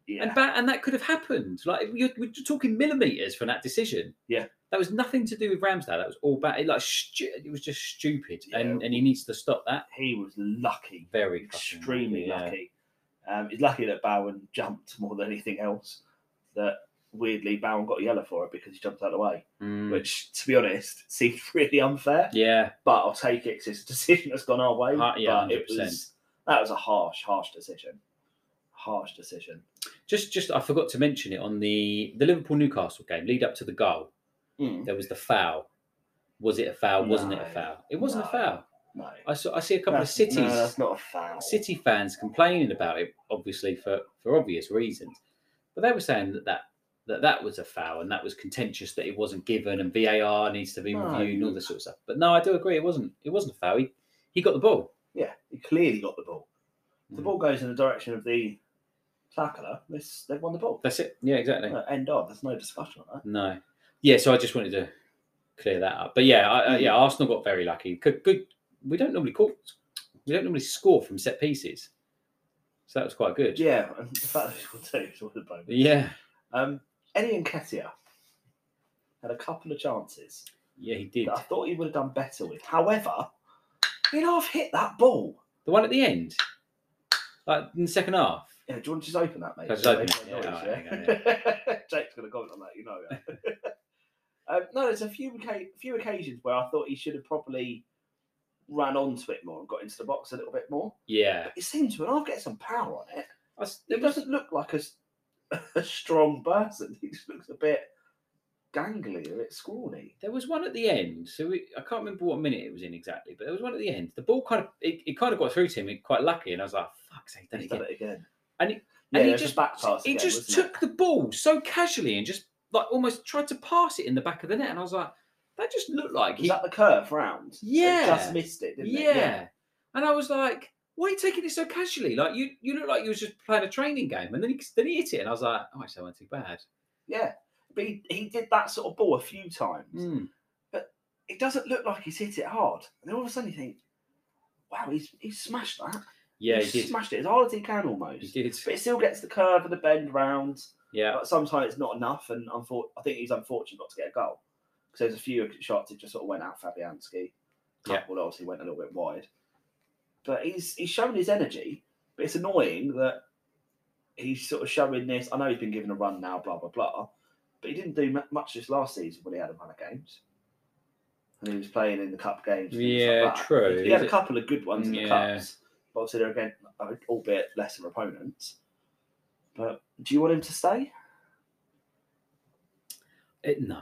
Yeah. and, ba- and that could have happened. Like you're, we're talking millimeters from that decision. Yeah. that was nothing to do with Ramsdale. That was all bad. Like stu- it was just stupid, and Yeah. and he needs to stop that. he was lucky, Very fucking extremely yeah. lucky. Um, he's lucky that Bowen jumped more than anything else. That weirdly, Bowen got a yellow for it because he jumped out of the way, Mm. which, to be honest, seemed really unfair. yeah, But I'll take it 'cause it's a decision that's gone our way. Uh, yeah, but it 100%. was that was a harsh, harsh decision. Harsh decision. just just I forgot to mention it on the the Liverpool Newcastle game lead up to the goal. Mm. There was the foul. Was it a foul? Wasn't it a No, foul? It wasn't no, a foul. No, I saw I see a couple That's- of cities. No, that's not a foul. City fans complaining about it, obviously for, for obvious reasons. But they were saying that that, that that was a foul and that was contentious that it wasn't given and VAR needs to be No. reviewed and all this sort of stuff. But no, I do agree it wasn't it wasn't a foul. He, he got the ball. Yeah, he clearly got the ball. The Mm. ball goes in the direction of the tackler. This they've won the ball. That's it. Yeah, exactly. No, end of. There's no discussion on that. No. Yeah, so I just wanted to clear that up. But yeah, I, I, yeah, Arsenal got very lucky. Good, good. We don't normally call, we don't normally score from set pieces, so that was quite good. Yeah, and the fact that people do is all the bonus. yeah, Um, Eddie Nketiah had a couple of chances yeah. He did that I thought he would have done better with. However, he'd half hit that ball. the one at the end, like in the second half. Yeah, do you want to just open that, mate? I'll just So open make it, no yeah, noise, alright, hang Jake's going to comment on that, you know. yeah. um, no, there's a few oca- few occasions where I thought he should have probably ran onto it more and got into the box a little bit more. Yeah, It seems to, and I'll get some power on it. I s- He there was- doesn't look like a, s- a strong person. He just looks a bit gangly, a bit scrawny. there was one at the end. So we, I can't remember what minute it was in exactly, but there was one at the end. The ball kind of it, it kind of got through to him. It quite lucky, and I was like, "Fuck, sake, done it He's done again." it again. And he, Yeah, and he there's a just back pass he again, just wasn't it? took the ball so casually and just like almost tried to pass it in the back of the net, and I was like, "That just looked like Was he, that the curve round? They Yeah. just missed it, didn't yeah. it? And I was like, "Why are you taking it so casually? Like you, you look like you was just playing a training game." And then he then he hit it, and I was like, "Oh, actually, that wasn't too bad." Yeah. But he, he did that sort of ball a few times. Mm. It doesn't look like he's hit it hard. And then all of a sudden you think, wow, he's, he's smashed that. Yeah, he's he did. smashed it as hard as he can almost. He did. But it still gets the curve and the bend round. Yeah, But sometimes it's not enough. And unfor- I think he's unfortunate not to get a goal. Because there's a few shots that just sort of went out Fabianski. Yeah. Couple obviously went a little bit wide. But he's he's shown his energy, but it's annoying that he's sort of showing this. I know he's been given a run now, blah blah blah, but he didn't do mu- much this last season when he had a run of games, and he was playing in the cup games. things like Yeah, that. true. He had Is a it- couple of good ones in the Yeah. cups, Obviously, they're again, albeit lesser opponents. But do you want him to stay? It, no.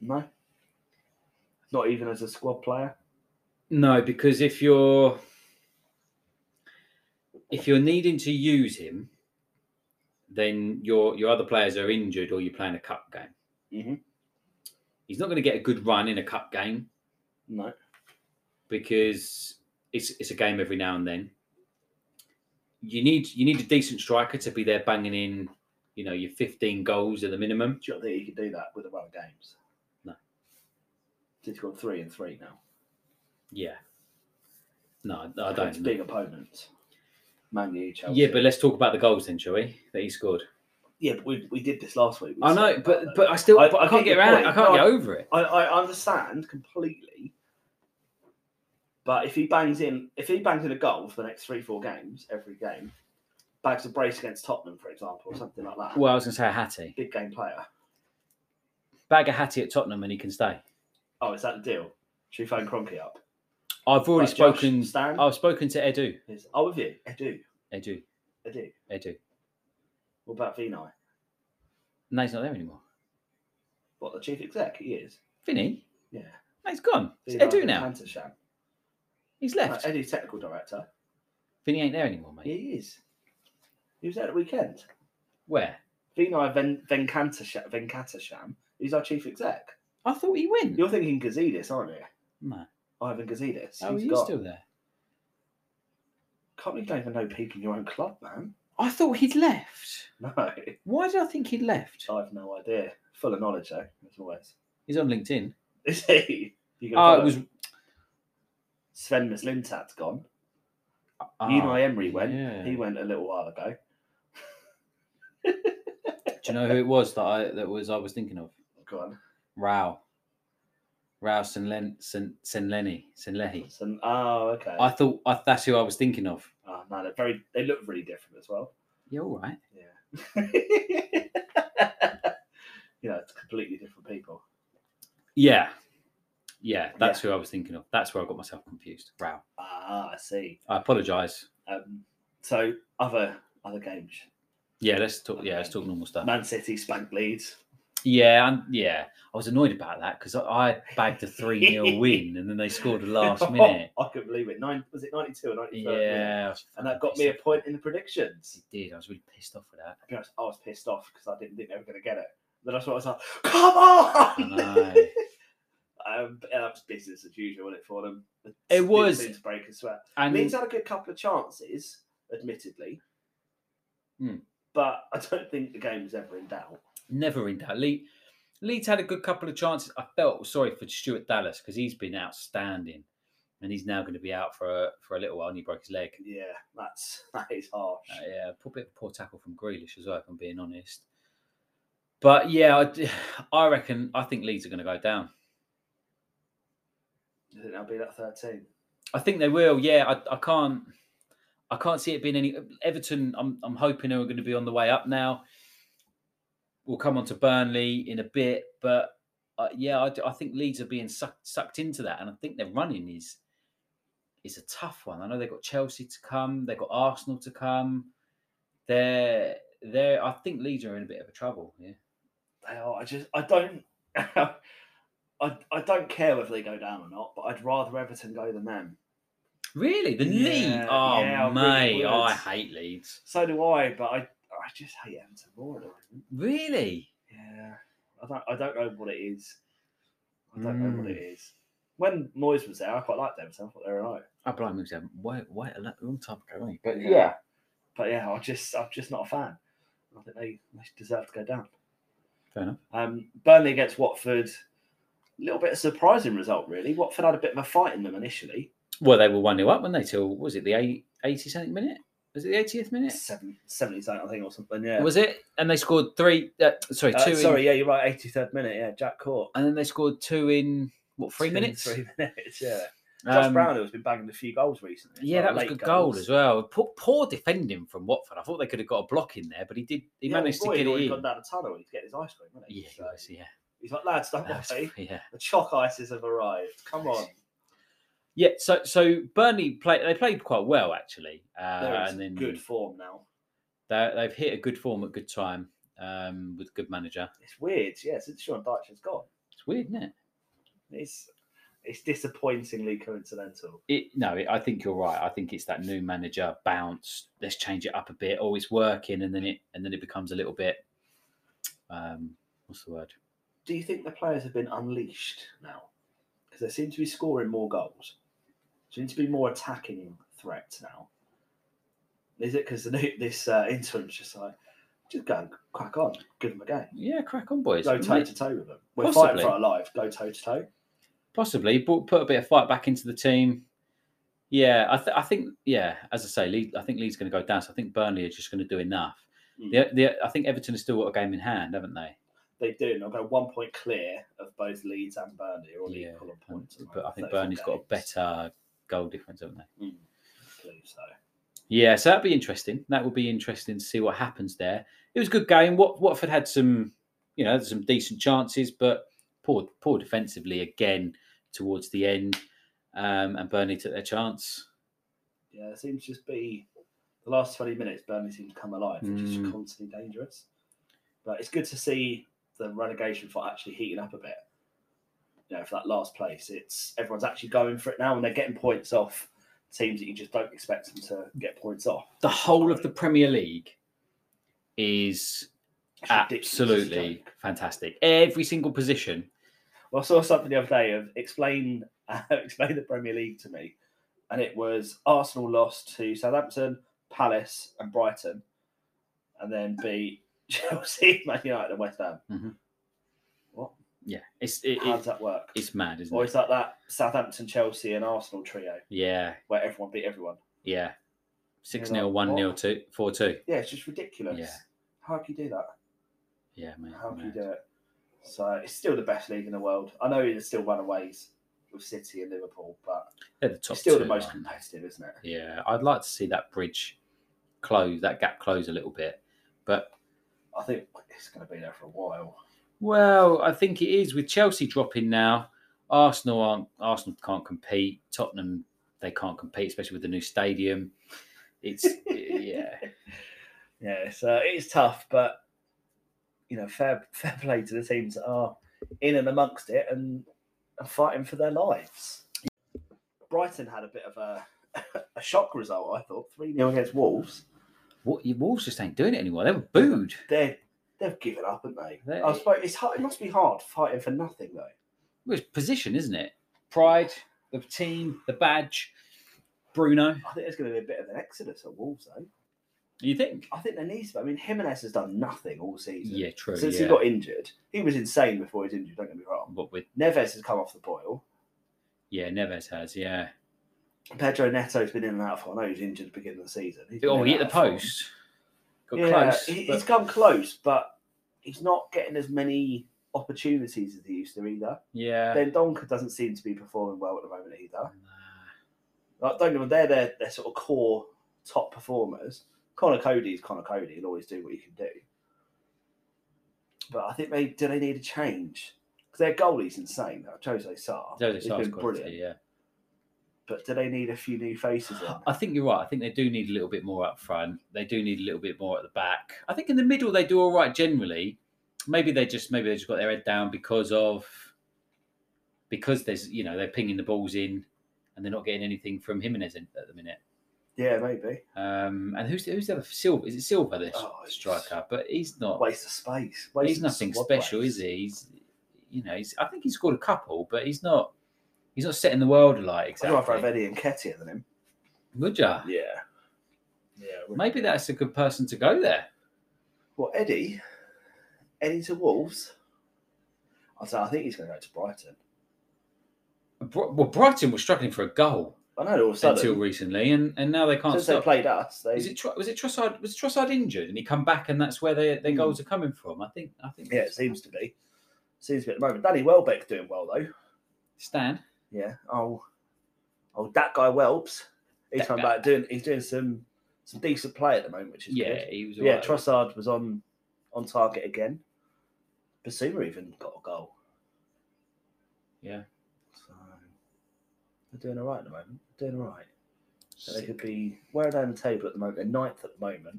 No. Not even as a squad player. No, because if you're if you're needing to use him, then your your other players are injured or you're playing a cup game. Mm-hmm. Mhm. He's not going to get a good run in a cup game No. because it's it's a game every now and then. You need you need a decent striker to be there banging in, you know, your 15 goals at the minimum. Do you not think he could do that with the road games? No. He's gone three and three now. Yeah. No, I Against don't. know. Big opponents. Man U, Chelsea. Yeah, but let's talk about the goals then, shall we? That he scored. yeah, but we, we did this last week. We I said know, about but that. but I still I- but I, I can't get your get around. it. point. I can't No, get I- over it. I, I understand completely. But if he bangs in, if he bangs in a goal for the next three, four games, every game, bags a brace against Tottenham, for example, or something like that. Well, I was going to say a Hattie. big game player. Bag a Hattie at Tottenham and he can stay. Oh, is that the deal? Should we phone Cronky up? I've already Right, Josh, spoken. Stan? I've spoken to Edu. Is, oh, with you, I do, Edu. I do. Edu. What about Vinay? No, he's not there anymore. What the chief exec? He is. Vinny? Yeah. No, he's gone. It's Vinay Edu now. Pantersham. He's No, left. Edu's technical director. Vinny ain't there anymore, He mate. is. He was there at the weekend. Where? Vinay Ven- Venkatesham, Venkatesham. He's our chief exec. I thought he went. You're thinking Gazidis, aren't you? No. Ivan Gazidis. Oh, He's he's got- still there. Can't believe you don't even know people in your own club, man. I thought he'd left. No, Why did I think he'd left? I've no idea. Full of knowledge, though, as always. He's on LinkedIn. Is he? You gonna Oh, it follow was. him? Sven Mislintat's gone. Ah, Unai Emery went. yeah. He went a little while ago. Do you know who it was that I that was I was thinking of? Go on. Rao. Rao Senlen Sen Senleni Senlehi. Some, oh, okay. I thought I, that's who I was thinking of. Oh, no, they're very. They look really different as well. Yeah, all right. Yeah. you know, it's completely different people. Yeah. Yeah, that's who I was thinking of. That's where I got myself confused. Wow. Ah, I see. I apologise. Um, so other other games. Yeah, let's talk. Yeah, let's talk normal stuff. Man City spanked Leeds. Yeah, and yeah, I was annoyed about that because I, I bagged a three 0 win and then they scored the Oh, last minute. I couldn't believe it. Nine was it ninety two or ninety three? Yeah, I was And that fucking got me a pissed off. point in the predictions. It did. I was really pissed off with that. To be honest, I was pissed off because I didn't think they were going to get it. Then I saw it, I was like, "Come on!" I know. um, but that was business as usual, wasn't it, for them? It It was. seem to break a sweat. And- Leeds had a good couple of chances, admittedly, Hmm. but I don't think the game was ever in doubt. Never in doubt. Le- Leeds had a good couple of chances. I felt sorry for Stuart Dallas because he's been outstanding, and he's now going to be out for a, for a little while. And he broke his leg. Yeah, that's that is harsh. Uh, yeah, poor bit of poor tackle from Grealish as well, if I'm being honest. But yeah, I, d- I reckon I think Leeds are going to go down. I think that'll be that thirteen. I think they will. Yeah, I, I can't, I can't see it being any Everton. I'm I'm hoping are going to be on the way up now. We'll come on to Burnley in a bit, but uh, yeah, I, d- I think Leeds are being sucked sucked into that, and I think their running is is a tough one. I know they've got Chelsea to come, they've got Arsenal to come. They're they're I think Leeds are in a bit of a trouble. Yeah. They are. I just I don't. I, I don't care whether they go down or not, but I'd rather Everton go than them. Really, the Yeah, lead? Oh, yeah, I really mate, would. I hate leads. So do I, but I I just hate Everton more at the moment. Really? Yeah, I don't I don't know what it is. I don't know what it Mm. is. When Moyes was there, I quite liked Everton. I thought they were alright. I blame him. Sam. Wait, wait, a lo- long time ago, ain't it? But yeah, but yeah, I just I'm just not a fan. I think they, they deserve to go down. fair enough. Um, Burnley against Watford, a little bit of surprising result really. Watford had a bit of a fight in them initially. Well, they were one 0 up, weren't they? Till what was it the eight- 80 something minute? Was it the eightieth minute? Seven, 70 something, I think, or something. Yeah, Was it? And they scored three. Uh, sorry, Uh, two. sorry, in, yeah, you're right. Eighty third minute, yeah, Jack Court. And then they scored two in what three Two- minutes? Three minutes, yeah. Josh Um, Brown, who's been bagging a few goals recently. Yeah, that was a good goal as well. Poor, poor defending from Watford. I thought they could have got a block in there, but he did. He managed to get it in. Gone down the tunnel. He's getting his ice cream, hasn't he? Yeah, he So was, yeah, He's like, lads, don't That's- worry. yeah. The chalk ices have arrived. Come on. yeah. So, so Burnley played. They played quite well actually, uh, They're in and then good form now. they, they've hit a good form at good time um, with a good manager. It's weird, yeah. Since Sean Dyche has gone, It's weird, isn't it? it's it's disappointingly coincidental. it no, it, I think you're right. I think it's that new manager bounce. Let's change it up a bit. Oh, it's working, and then it and then it becomes a little bit. Um, what's the word? Do you think the players have been unleashed now? Because they seem to be scoring more goals. Seem to be more attacking threats now. Is it because this uh, interim's just like, just go and crack on, give them a go. Yeah, crack on, boys. Go toe Mate, to toe with them. We're Possibly. fighting for our life. Go toe to toe. Possibly, but put a bit of fight back into the team. Yeah, I, th- I think yeah. As I say, Leeds, I think Leeds going to go down. So I think Burnley are just going to do enough. The, the, I think Everton have still got a game in hand, haven't they? They do. And I'll go one point clear of both Leeds and Burnley, or Yeah, equal on and- points. but I Thirty-four think Burnley's got a games. better goal difference, haven't they? Mm, I believe so. Yeah, so that'd be interesting. That would be interesting to see what happens there. It was a good game. Wat Watford had some, you know, some decent chances, but poor, poor defensively again towards the end. Um, and Burnley took their chance. Yeah, it seems to just be the last 20 minutes, Burnley seems to come alive, which Mm. is constantly dangerous. But it's good to see the relegation fight actually heating up a bit. You know, for that last place, it's everyone's actually going for it now, and they're getting points off teams that you just don't expect them to get points off. The whole of the Premier League is It's ridiculous, it's a absolutely joke. fantastic. Every single position. Well, I saw something the other day of explain explain the Premier League to me, and it was Arsenal lost to Southampton, Palace, and Brighton, and then beat Chelsea, Man United, and West Ham. Mhm. What? Yeah, it's it, How does it, that work? it's mad, isn't Or it? is that that Southampton, Chelsea, and Arsenal trio Yeah, where everyone beat everyone? yeah. You're Six 0 like, one 0 what? two four two. Yeah, it's just ridiculous. Yeah. How can you do that? Yeah, mate. How can you mad. do it? So it's still the best league in the world. I know it's still runaways with City and Liverpool, but They're the top it's still the two, most aren't they? competitive, isn't it? Yeah, I'd like to see that bridge close, that gap close a little bit. But I think it's going to be there for a while. well, I think it is with Chelsea dropping now. Arsenal aren't. Arsenal can't compete. Tottenham they can't compete, especially with the new stadium. It's yeah, Yeah, so it's uh, tough, but you know, fair fair play to the teams that are in and amongst it and are fighting for their lives. Brighton had a bit of a a shock result, I thought, three 0 against Wolves. what your Wolves just ain't doing it anymore. They were booed. They they've given up, haven't they? They- I suppose it's hard, it must be hard fighting for nothing though. Well, It's position, isn't it? Pride, the team, the badge. Bruno, I think there's going to be a bit of an exodus at Wolves though. you think? I think there needs to. be. I mean, Jimenez has done nothing all season. Yeah, true. Since yeah. he got injured, he was insane before he was injured. Don't get me wrong. what with Neves has come off the boil. yeah, Neves has yeah. Pedro Neto's been in and out of form. I know he was injured at the beginning of the season. He's been Oh, in he hit and the out of form. post. Got yeah, close. he- but- he's come close, but he's not getting as many opportunities as he used to either. Yeah. Ben Donker doesn't seem to be performing well at the moment either. Like, don't get me wrong, they're their, their sort of core top performers. Connor Cody is Connor Cody. He'll always do what he can do. But I think they do they need a change? Because their goalie's insane. Like, Jose Sarr. Jose he's Sarr's been quality, brilliant. yeah. But do they need a few new faces in? I think you're right. I think they do need a little bit more up front. They do need a little bit more at the back. I think in the middle they do all right generally. Maybe they just maybe they just got their head down because of because there's you know they're pinging the balls in, and they're not getting anything from Jimenez in, at the minute. Yeah, maybe. Um, and who's who's the other Silva? Is it Silva this Oh, he's- striker? But he's not. Waste of space. Waste he's of nothing squad special, space. is he? He's you know he's, I think he scored a couple, but he's not he's not setting the world alight I'd rather have exactly. Eddie and Ketia than him. Would ya? Yeah. Yeah. we- Maybe that's a good person to go there. Well, Eddie, Eddie to Wolves. I say I think he's going to go to Brighton. Br- Well, Brighton were struggling for a goal I know all of a sudden, until recently, and, and now they can't since they stop. played us, they Is it Tro- was it Trossard was Trossard injured and he come back and that's where their their goals are coming from? I think I think Hmm. yeah, it seems to be, seems to be at the moment. Danny Welbeck doing well though. Stan. Yeah. Oh, oh, that guy Welbs. He's That coming guy. back doing. He's doing some some decent play at the moment, which is Yeah, good. he was. yeah, alright. Trossard was on on target again. Basuma even got a goal. Yeah. So they're doing all right at the moment. Doing all right. So they could be where are they on the table at the moment? They're ninth at the moment.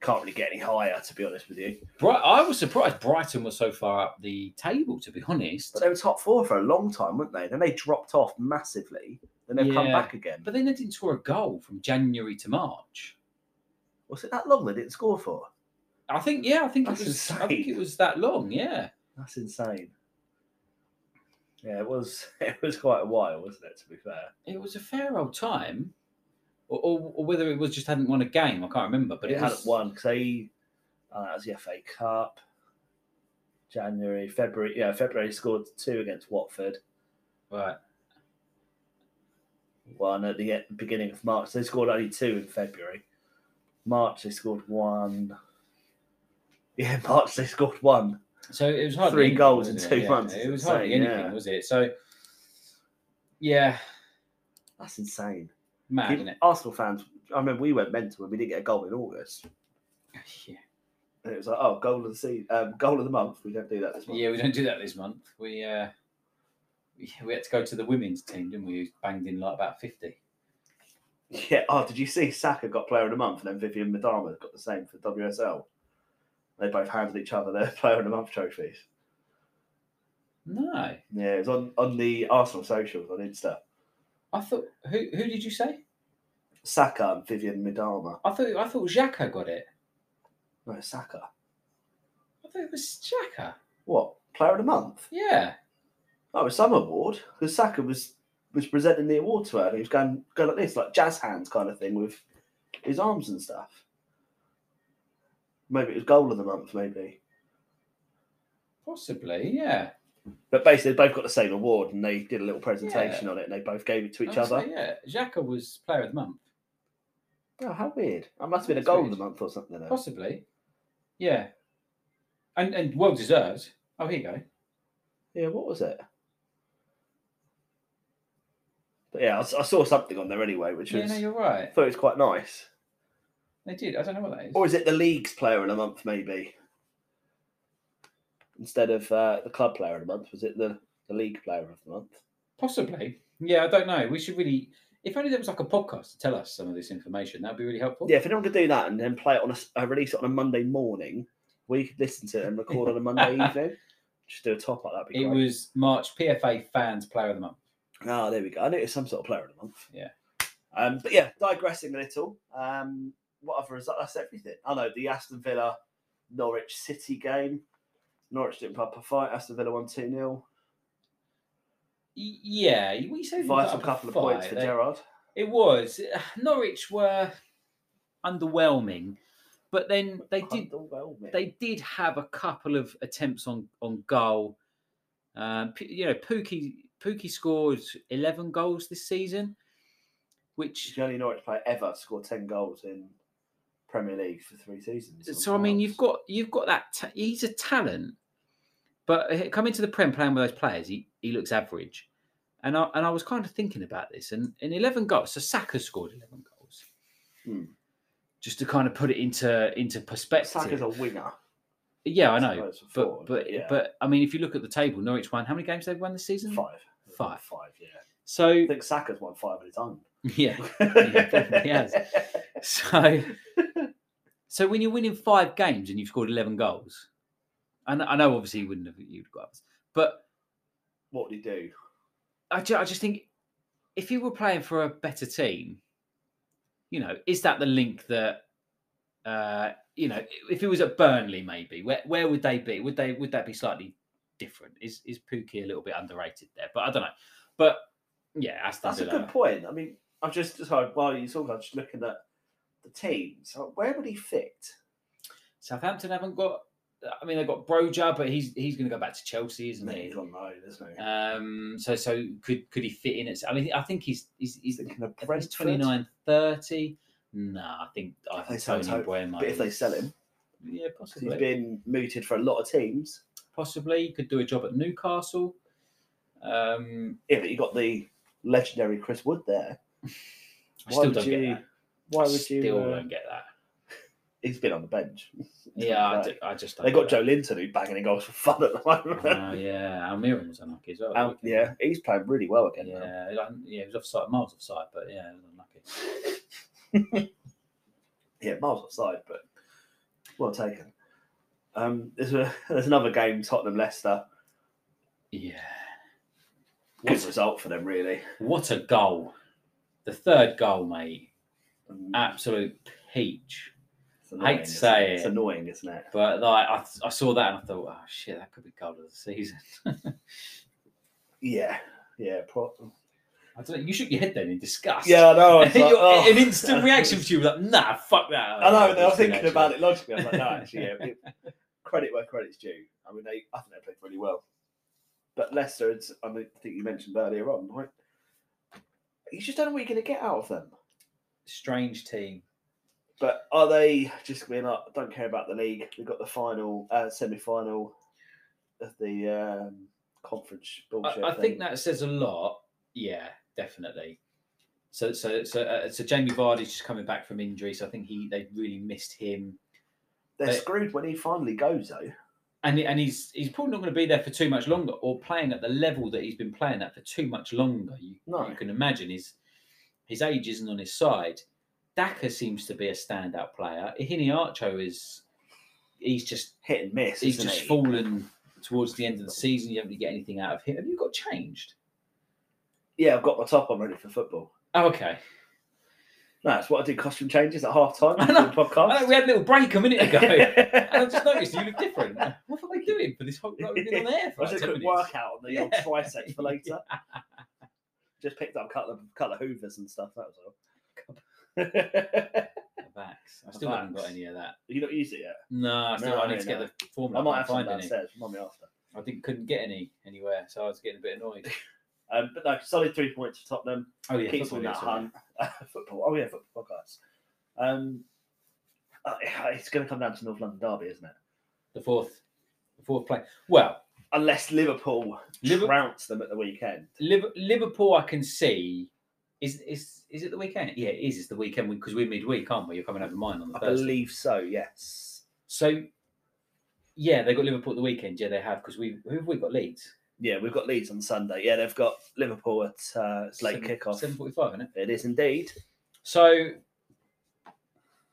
Can't really get any higher, to be honest with you. Bright, I was surprised Brighton was so far up the table. To be honest, But they were top four for a long time, weren't they? Then they dropped off massively. Then they've come Yeah. back again. But But then they didn't score a goal from January to March. was it that long they didn't score for? I think, yeah, I think That's it was. I think insane. it was that long. Yeah, That's insane. Yeah, it was. It was quite a while, wasn't it? To be fair. it was a fair old time, or, or, or whether it was just hadn't won a game, I can't remember. But But it, was, hadn't won because they uh, that was the FA Cup. January, February, yeah, February scored two against Watford, Right. one at the e- beginning of March. They scored only two in February. March they scored one. Yeah, March they scored one. So it was hardly Three anything, goals in wasn't it? two Yeah, months It is was hardly insane, anything, yeah. was it? So, yeah, That's insane. mad, People- isn't it? Arsenal fans, I remember we went mental when we didn't get a goal in August. Yeah. And it was like, oh, goal of the season, um, goal of the month. We don't do that this month. Yeah, we don't do that this month. We uh, we, we had to go to the women's team, didn't we? Who banged in like about fifty. Yeah. Oh, did you see Saka got player of the month, and then Vivian Madama got the same for WSL? They both handed each other their player of the month trophies. No, Yeah, it was on, on the Arsenal socials on Insta. I thought who who did you say? Saka and Vivian Madama. I thought I thought Xhaka got it. No, Saka. I thought it was Xhaka. What player of the month? Yeah. Oh, it was some award because Saka was was presenting the award to her. And he was going going like this, like jazz hands kind of thing with his arms and stuff. Maybe it was goal of the month, maybe. Possibly, yeah. But basically, they both got the same award, and they did a little presentation on it, and they both gave it to each I was other. like, yeah, Xhaka was player of the month. Oh, how weird. I must have been a That's goal of weird. the month or something. Then. Possibly. Yeah. And and well deserved. Oh here you go. Yeah, what was it? But yeah, I, s- I saw something on there anyway, which Yeah, was, no, I you're right. thought it was quite nice. They did. I don't know what that is. Or is it the league's player of the month, maybe? Instead of uh, the club player of the month, was it the, the league player of the month? Possibly. Yeah, I don't know. We should really if only there was like a podcast to tell us some of this information, that'd be really helpful. Yeah, if anyone could do that and then play it on a, s- uh, release it on a Monday morning, we could listen to it and record on a Monday evening. Just do a top up, that'd be It great. was March PFA fans player of the month. Ah, there we go. I knew it was some sort of player of the month. Yeah. Um, but yeah, digressing a little. Um, what other result? That's everything. I know the Aston Villa Norwich City game. Norwich didn't put up a fight. Aston Villa won 2 0. Y- Yeah, what you say? Vital couple of points for Gerard. It was. Norwich were underwhelming, but then they did Underwhelming. they did have a couple of attempts on on goal. Um, P- you know, Pookie Pookie scored eleven goals this season, He's which the only Norwich player ever to score 10 goals in Premier League for three seasons. on so I mean trials. you've got you've got that ta- he's a talent, but uh, coming to the Prem playing with those players, he he looks average. And I and I was kind of thinking about this, and in eleven goals, so Saka scored eleven goals. Hmm. Just to kind of put it into into perspective, Saka's a winner. Yeah, I I know. suppose, for But forward, but yeah. but I mean, if you look at the table, Norwich won how many games they've won this season? Five. Five. Five, yeah. So I think Saka's won five of his own. yeah, Yeah, definitely has. so so when you're winning five games and you've scored eleven goals, and I know obviously you wouldn't have you'd got others, but What did he do? I ju- I just think if you were playing for a better team, you know, is that the link that uh, you know, if it was at Burnley maybe, where where would they be? Would they would that be slightly different? Is is Pookie a little bit underrated there? But I don't know. But yeah, Aston That's a Villa. good point. I mean, I've just decided while you talk, I'm just looking at the teams. Like, Where would he fit? Southampton haven't got I mean they've got Broja, but he's he's gonna go back to Chelsea, isn't he? He's on loan, isn't he? Um, so so could could he fit in? At, I mean, I think he's he's he's, Thinking of I think he's Brentford? 29, 30. No, I think I If they think sell Tony him, Bueno. but if they sell him, yeah, 'cause he's possibly, been mooted for a lot of teams. possibly he could do a job at Newcastle. Um, Yeah, but you got the legendary Chris Wood there. I still don't you? get that. Why I would you? still uh, don't get that? He's been on the bench. Yeah, I, Right. do- I just don't They get got Joe that. Linton who's banging in goals for fun at the moment. Oh, yeah, Almiron was unlucky as well. Um, yeah, he's playing really well again. now. yeah, like, yeah, he was offside, miles offside, but yeah, it was unlucky. yeah, miles offside, but well taken. Um, there's a there's another game Tottenham Leicester. Yeah. Good result for them, really. What a goal. The third goal, mate. Mm. Absolute peach. It's annoying, Hate to isn't say It's it. annoying, isn't it? But like I, I saw that and I thought, oh shit, that could be goal of the season. Yeah, yeah. Pro- I don't know, you shook your head then in disgust. Yeah, I know. I was Your- like, oh. An instant reaction from you was like, nah, fuck that. I know. And I It's was good, thinking actually. about it logically. I'm like, no, actually, yeah. it- credit where credit's due. I mean, they I think they played really well. But Leicester, it's, I mean, I think you mentioned earlier on, right? You just don't know what you're going to get out of them. Strange team. But are they just being like, don't care about the league? We've got the final, uh, semi final of the um, conference bullshit. I, I thing. think that says a lot. Yeah, definitely. So, so, so, uh, so Jamie Vardy's just coming back from injury. So I think he they really missed him. they're they- screwed when he finally goes, though. and he- and he's he's probably not going to be there for too much longer, or playing at the level that he's been playing at for too much longer. You, No. you can imagine his his age isn't on his side. Daka seems to be a standout player. Ihiniacho is he's just Hit and miss. he's isn't just he? fallen towards the end of the season. You don't really get anything out of him. Have you got changed? Yeah, I've got my top on ready for football. Oh, okay. No, that's what I do costume changes at half time I on know. the I know, podcast. we had a little break a minute ago, and I just noticed you look different. What have I doing for this whole? Like, we've been on air for I like did a 10 quick minutes. workout on the old Yeah. triceps for later. Just picked up a couple of, couple of hoovers and stuff, that was all. Vax. I still haven't got Vax. any of that. you not used it yet? No, I still No, I need no, to get no. the formula. I might have some find any. downstairs. Remind me after. I didn't couldn't get any anywhere, so I was getting a bit annoyed. Um, but no, solid three points for Tottenham. Oh yeah, keeps football on that is all right. hunt. football. Oh yeah, football podcast. Um, uh, it's going to come down to North London derby, isn't it? The fourth, the fourth play. Well, Unless Liverpool Liver- trounce them at the weekend. Liv- Liverpool, I can see. Is is is it the weekend? Yeah, it is. It's the weekend because we're midweek, aren't we? You're coming over mine on the I Thursday. believe so. Yes. So, yeah, they got Liverpool at the weekend. Yeah, they have because we who have we got Leeds? Yeah, we've got Leeds on Sunday. Yeah, they've got Liverpool at uh, it's late Seven- kickoff. seven forty-five, isn't it? It is indeed. So,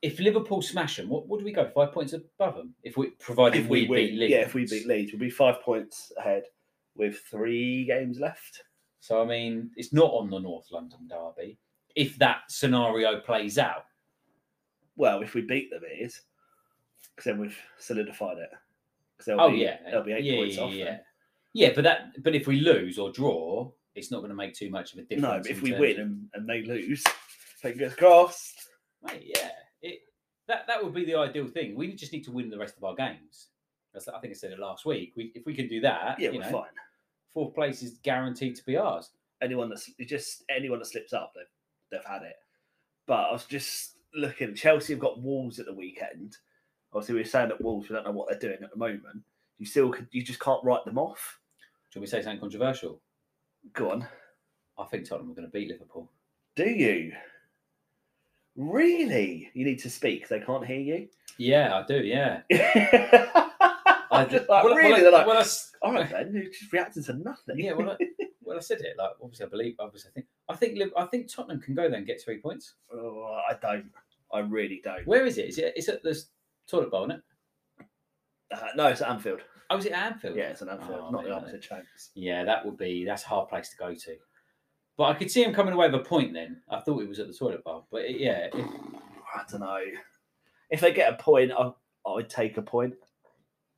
if Liverpool smash them, what, what do we go? Five points above them if we provided If we, beat win, Leeds. yeah, if we beat Leeds, we'll be five points ahead with three games left. So I mean, it's not on the North London derby if that scenario plays out. Well, if we beat them, it is because then we've solidified it. 'Cause they'll oh be- yeah, they'll be eight yeah, points yeah, off. yeah. then. Yeah, but that but if we lose or draw, it's not going to make too much of a difference. No, but if in we terms win of- and, and they lose, fingers crossed. Mate, yeah, it, that that would be the ideal thing. We just need to win the rest of our games. That's, I think I said it last week. We, if we can do that, Yeah, you we're know, fine. fourth place is guaranteed to be ours. Anyone that's just anyone that slips up, they've, they've had it. But I was just looking. Chelsea have got Wolves at the weekend. Obviously, we we're saying at Wolves, we don't know what they're doing at the moment. You still, could, you just can't write them off. Shall we say something controversial? Go on. I think Tottenham are going to beat Liverpool. Do you really? You need to speak. They can't hear you. Yeah, I do. Yeah, I do. just, like, Well, I- really? well, I- They're like, well, I s- all right, Ben, you're just reacting to nothing. Yeah, well, I, well, I said it. Like, obviously, I believe. Obviously, I think. I think. Liv- I think Tottenham can go there and get three points. Oh, I don't. I really don't. Where is it? Is it? It's at the toilet bowl, isn't it? Uh, no, it's at Anfield. Oh, is it at Anfield? Yeah, it's an Anfield, Oh, not the yeah. opposite chance. Yeah, that would be. That's a hard place to go to. But I could see him coming away with a point then. I thought it was at the toilet bowl. But it- yeah, if, I don't know. If they get a point, I, I'd take a point.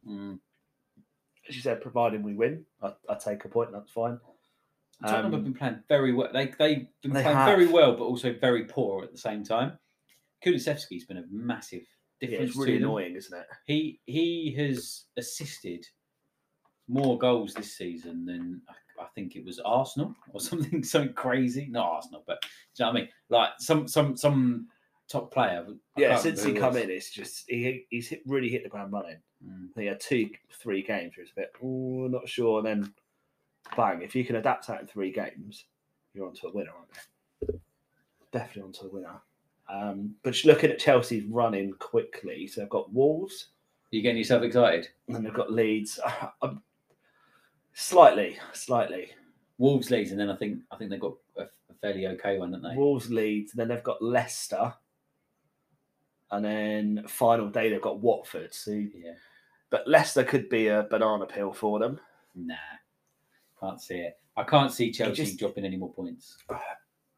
Mm. She said, providing we win, I, I take a point. That's fine. Tottenham have Um, been playing very well. They, they've been They playing have. very well, but also very poor at the same time. Kulisevsky's been a massive yeah, difference. it's really to them. annoying, isn't it? He he has assisted more goals this season than I, I think it was Arsenal or something something crazy. Not Arsenal, but do you know what I mean? Like some some some top player. I Yeah, can't since he remember who it come was. in, it's just he he's hit, really hit the ground running. I think He had two, three games where it's a bit, oh, not sure. And then, bang! If you can adapt that in three games, you're onto a winner, aren't you? Definitely onto a winner. Um, but just looking at Chelsea's running quickly, so they've got Wolves, Are you getting yourself excited? and then they've got Leeds. I'm- slightly, slightly. Wolves leads, and then I think I think they've got a, a fairly okay one, don't they? Wolves, Leeds, and then they've got Leicester, and then final day they've got Watford. So Yeah. But Leicester could be a banana peel for them. Nah, can't see it. I can't see Chelsea just- dropping any more points.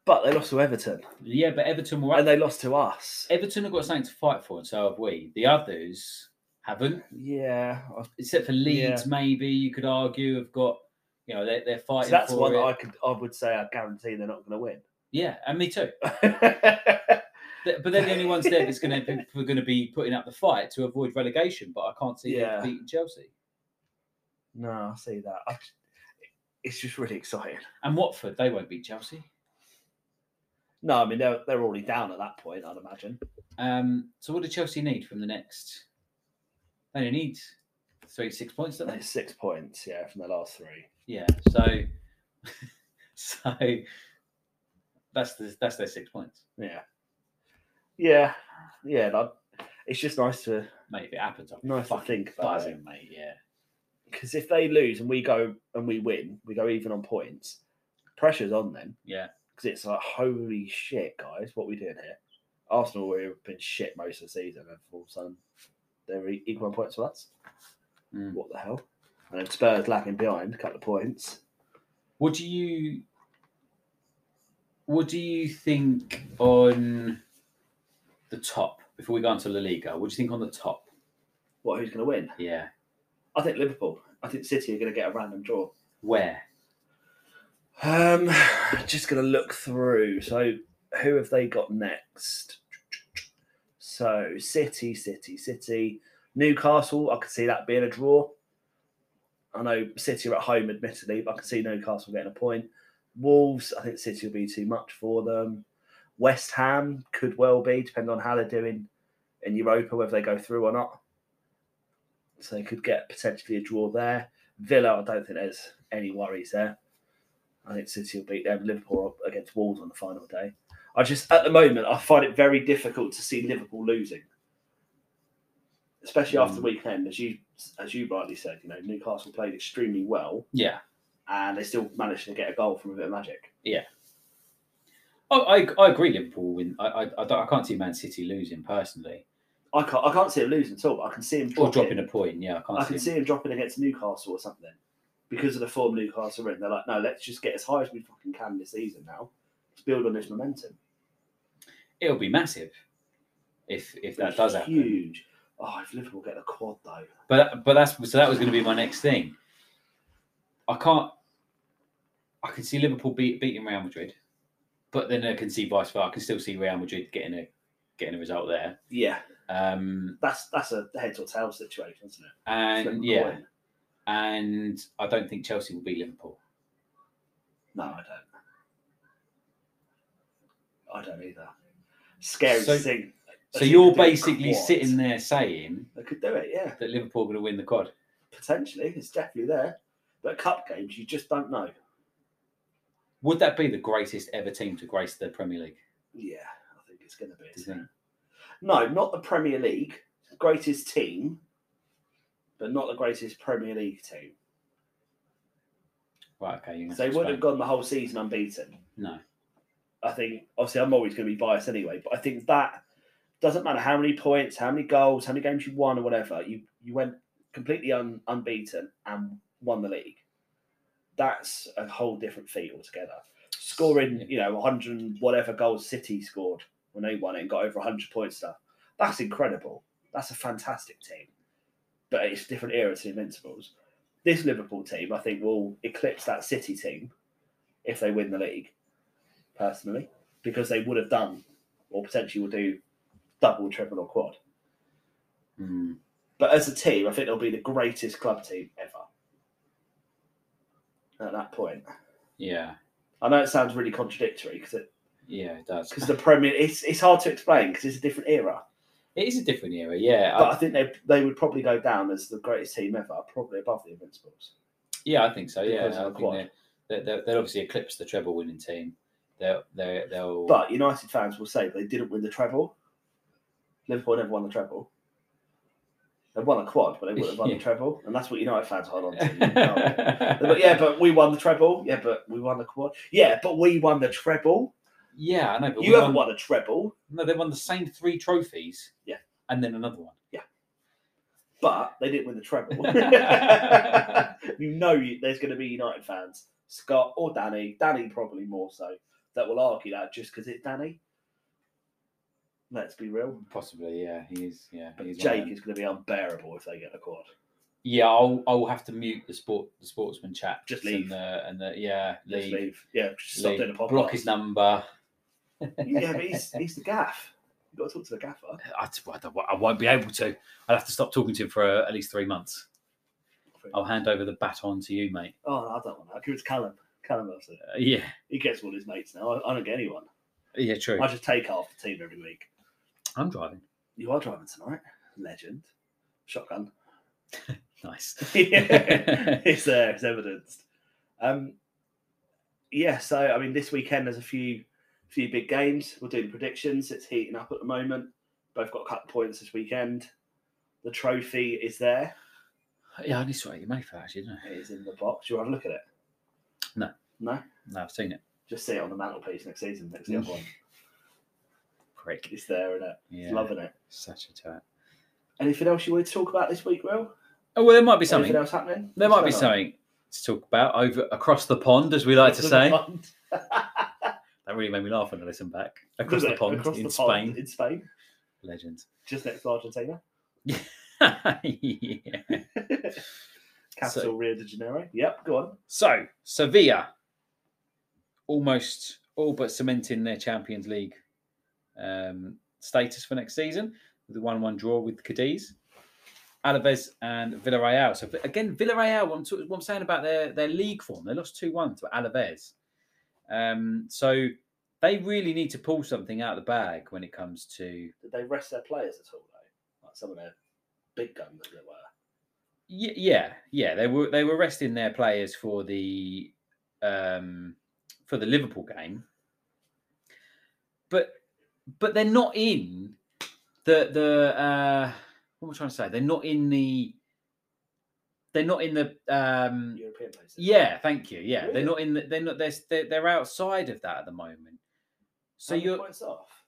But they lost to Everton Yeah, but Everton were up. and they lost to us. Everton have got something to fight for, and so have we. The others haven't, Yeah. I- except for Leeds. Maybe you could argue have got, you know, they're, they're So fighting. that's for one it. that I could I would say I guarantee they're not gonna win. Yeah, and me too. Th- But they're the only ones there that's going to be going to be putting up the fight to avoid relegation. But I can't see Yeah. them beating Chelsea no, I see that. I, it's just really exciting. and Watford. They won't beat Chelsea. No, I mean they're they're already down at that point, I'd imagine. Um, so what do Chelsea need from the next? They only need three six points, don't They're they? six points, yeah, from the last three. Yeah. So so that's the, that's their six points, Yeah. Yeah. Yeah, that, it's just nice to mate. If it happens, I'm Nice to fucking think about buzzing, mate. Yeah. because if they lose and we go and we win, we go even on points, pressure's on then. Yeah. Because it's like, holy shit, guys, what we doing here? Arsenal we have been shit most of the season, and all of a sudden they're e- equal on points with us. Mm. What the hell? And then Spurs lagging behind, a couple of points. What do you what do you think on the top before we go on to La Liga? What do you think on the top? What? Who's going to win? Yeah. I think Liverpool. I think City are going to get a random draw. Where? Um, just going to look through. So, who have they got next? So, City, City, City, Newcastle. I could see that being a draw. I know City are at home, admittedly, but I can see Newcastle getting a point. Wolves, I think City will be too much for them. West Ham could well be, depending on how they're doing in Europa, whether they go through or not. So they could get potentially a draw there. Villa, I don't think there's any worries there. I think City will beat them. Liverpool are against Wolves on the final day. I just, at the moment, I find it very difficult to see Liverpool losing, especially after the weekend. As you, as you rightly said, you know Newcastle played extremely well, Yeah. and they still managed to get a goal from a bit of magic. I, I, I agree. Liverpool will win. I I, I, don't, I can't see Man City losing personally, I can't, I can't see him losing at all. But I can see him or dropping. dropping a point. Yeah, I can't I see. can them- see him dropping against Newcastle or something because of the form Newcastle are in. They're like, no, let's just get as high as we fucking can this season now. Let's build on this momentum. It'll be massive if if that does happen. huge. Oh, if Liverpool get the quad though, But but that's so that was going to be my next thing. I can't. I can see Liverpool beat, beating Real Madrid, but then I can see vice versa. I can still see Real Madrid getting a getting a result there. yeah, Um, that's that's a heads or tails situation, isn't it? Flip and the yeah, coin. and I don't think Chelsea will beat Liverpool. No, I don't. I don't either. Scary So- thing. So They you're could do a basically quad. sitting there saying They could do it, yeah. that Liverpool are going to win the quad. Potentially, it's definitely there. But cup games, you just don't know. Would that be the greatest ever team to grace the Premier League? Yeah, I think it's going to be. Do you think? No, not the Premier League. Greatest team, but not the greatest Premier League team. Right, okay. you They wouldn't have got gone the whole season unbeaten. No. I think, obviously, I'm always going to be biased anyway, but I think that doesn't matter how many points, how many goals, how many games you won, or whatever. You you went completely un, unbeaten and won the league. That's a whole different feat altogether. scoring, you know, 100 and whatever goals City scored when they won it and got over 100 points stuff. That's incredible. That's a fantastic team. But it's a different era to the Invincibles. This Liverpool team, I think, will eclipse that City team if they win the league, personally, because they would have done or potentially will do double, triple, or quad. But as a team, I think they'll be the greatest club team ever at that point. Yeah. I know it sounds really contradictory because it Yeah, it does. because the Premier it's it's hard to explain because it's a different era. It is a different era, yeah. But I think they they would probably go down as the greatest team ever, probably above the Invincibles. Yeah, I think so. Yeah, Because I of the think quad. they're, they're, they'll obviously eclipse the treble winning team. They'll, they'll, they'll But United fans will say they didn't win the treble. Liverpool never won the treble. They won a quad, but they wouldn't have won Yeah. the treble, and that's what United fans hold on to. No. but yeah, but we won the treble. Yeah, but we won the quad. Yeah, but we won the treble. yeah, I know. But you we haven't won a treble, No, they won the same three trophies. Yeah. and then another one. but they didn't win the treble. you know, you, there's going to be United fans, Scott or Danny, Danny probably more so, that will argue that just because it's Danny. Let's be real. Possibly, yeah. He is. Yeah, he is one of Jake them. is going to be unbearable if they get the quad. Yeah, I'll I'll have to mute the sport the sportsman chat. Just leave. and the, and the yeah leave. Just leave. Yeah, just stop leave. doing the podcast. Block his number. yeah, but he's, he's the gaff. You've got to talk to the gaffer. I, t- I don't- I won't be able to. I'll have to stop talking to him for uh, at least three months. I'll hand over the baton to you, mate. Oh, no, I don't want that. Give it to Callum. Callum loves it. Uh, yeah, He gets all his mates now. I, I don't get anyone. yeah, true. I just take half the team every week. I'm driving. You are driving tonight. Legend. Shotgun. Nice. Yeah, it's there. It's evidenced. Um, yeah. So I mean, this weekend there's a few, few big games. We'll do the predictions. It's heating up at the moment. Both got cut points this weekend. The trophy is there. yeah, I need to write you money for that, actually, didn't I? It is in the box. Do you want to look at it? No. No. No, I've seen it. Just see it on the mantelpiece next season. Next year, one. Prick. It's there, isn't it? Yeah. Loving it. Such a tat. Anything else you want to talk about this week, Will? Oh well, there might be something. Anything else happening? There What's might be going on? something to talk about over across the pond, as we like to say. That really made me laugh when I listened back. Across the pond Across in the Spain. pond in Spain, Legend. just next to Argentina. yeah. Capital So- Rio de Janeiro. Yep, go on. So Sevilla almost all but cementing their Champions League um, status for next season with a one-one draw with Cadiz. Alaves and Villarreal. So again, Villarreal. What I'm, sort of- what I'm saying about their their league form, they lost two-one to Alaves. Um, so they really need to pull something out of the bag when it comes to Did they rest their players at all though? Like some of their big guns as it were. Ye- yeah yeah they were they were resting their players for the um for the liverpool game but but they're not in the the uh what am i trying to say they're not in the they're not in the um European places. yeah thank you yeah Really? they're not in the, they're not they're, they're they're outside of that at the moment so How many you're points off.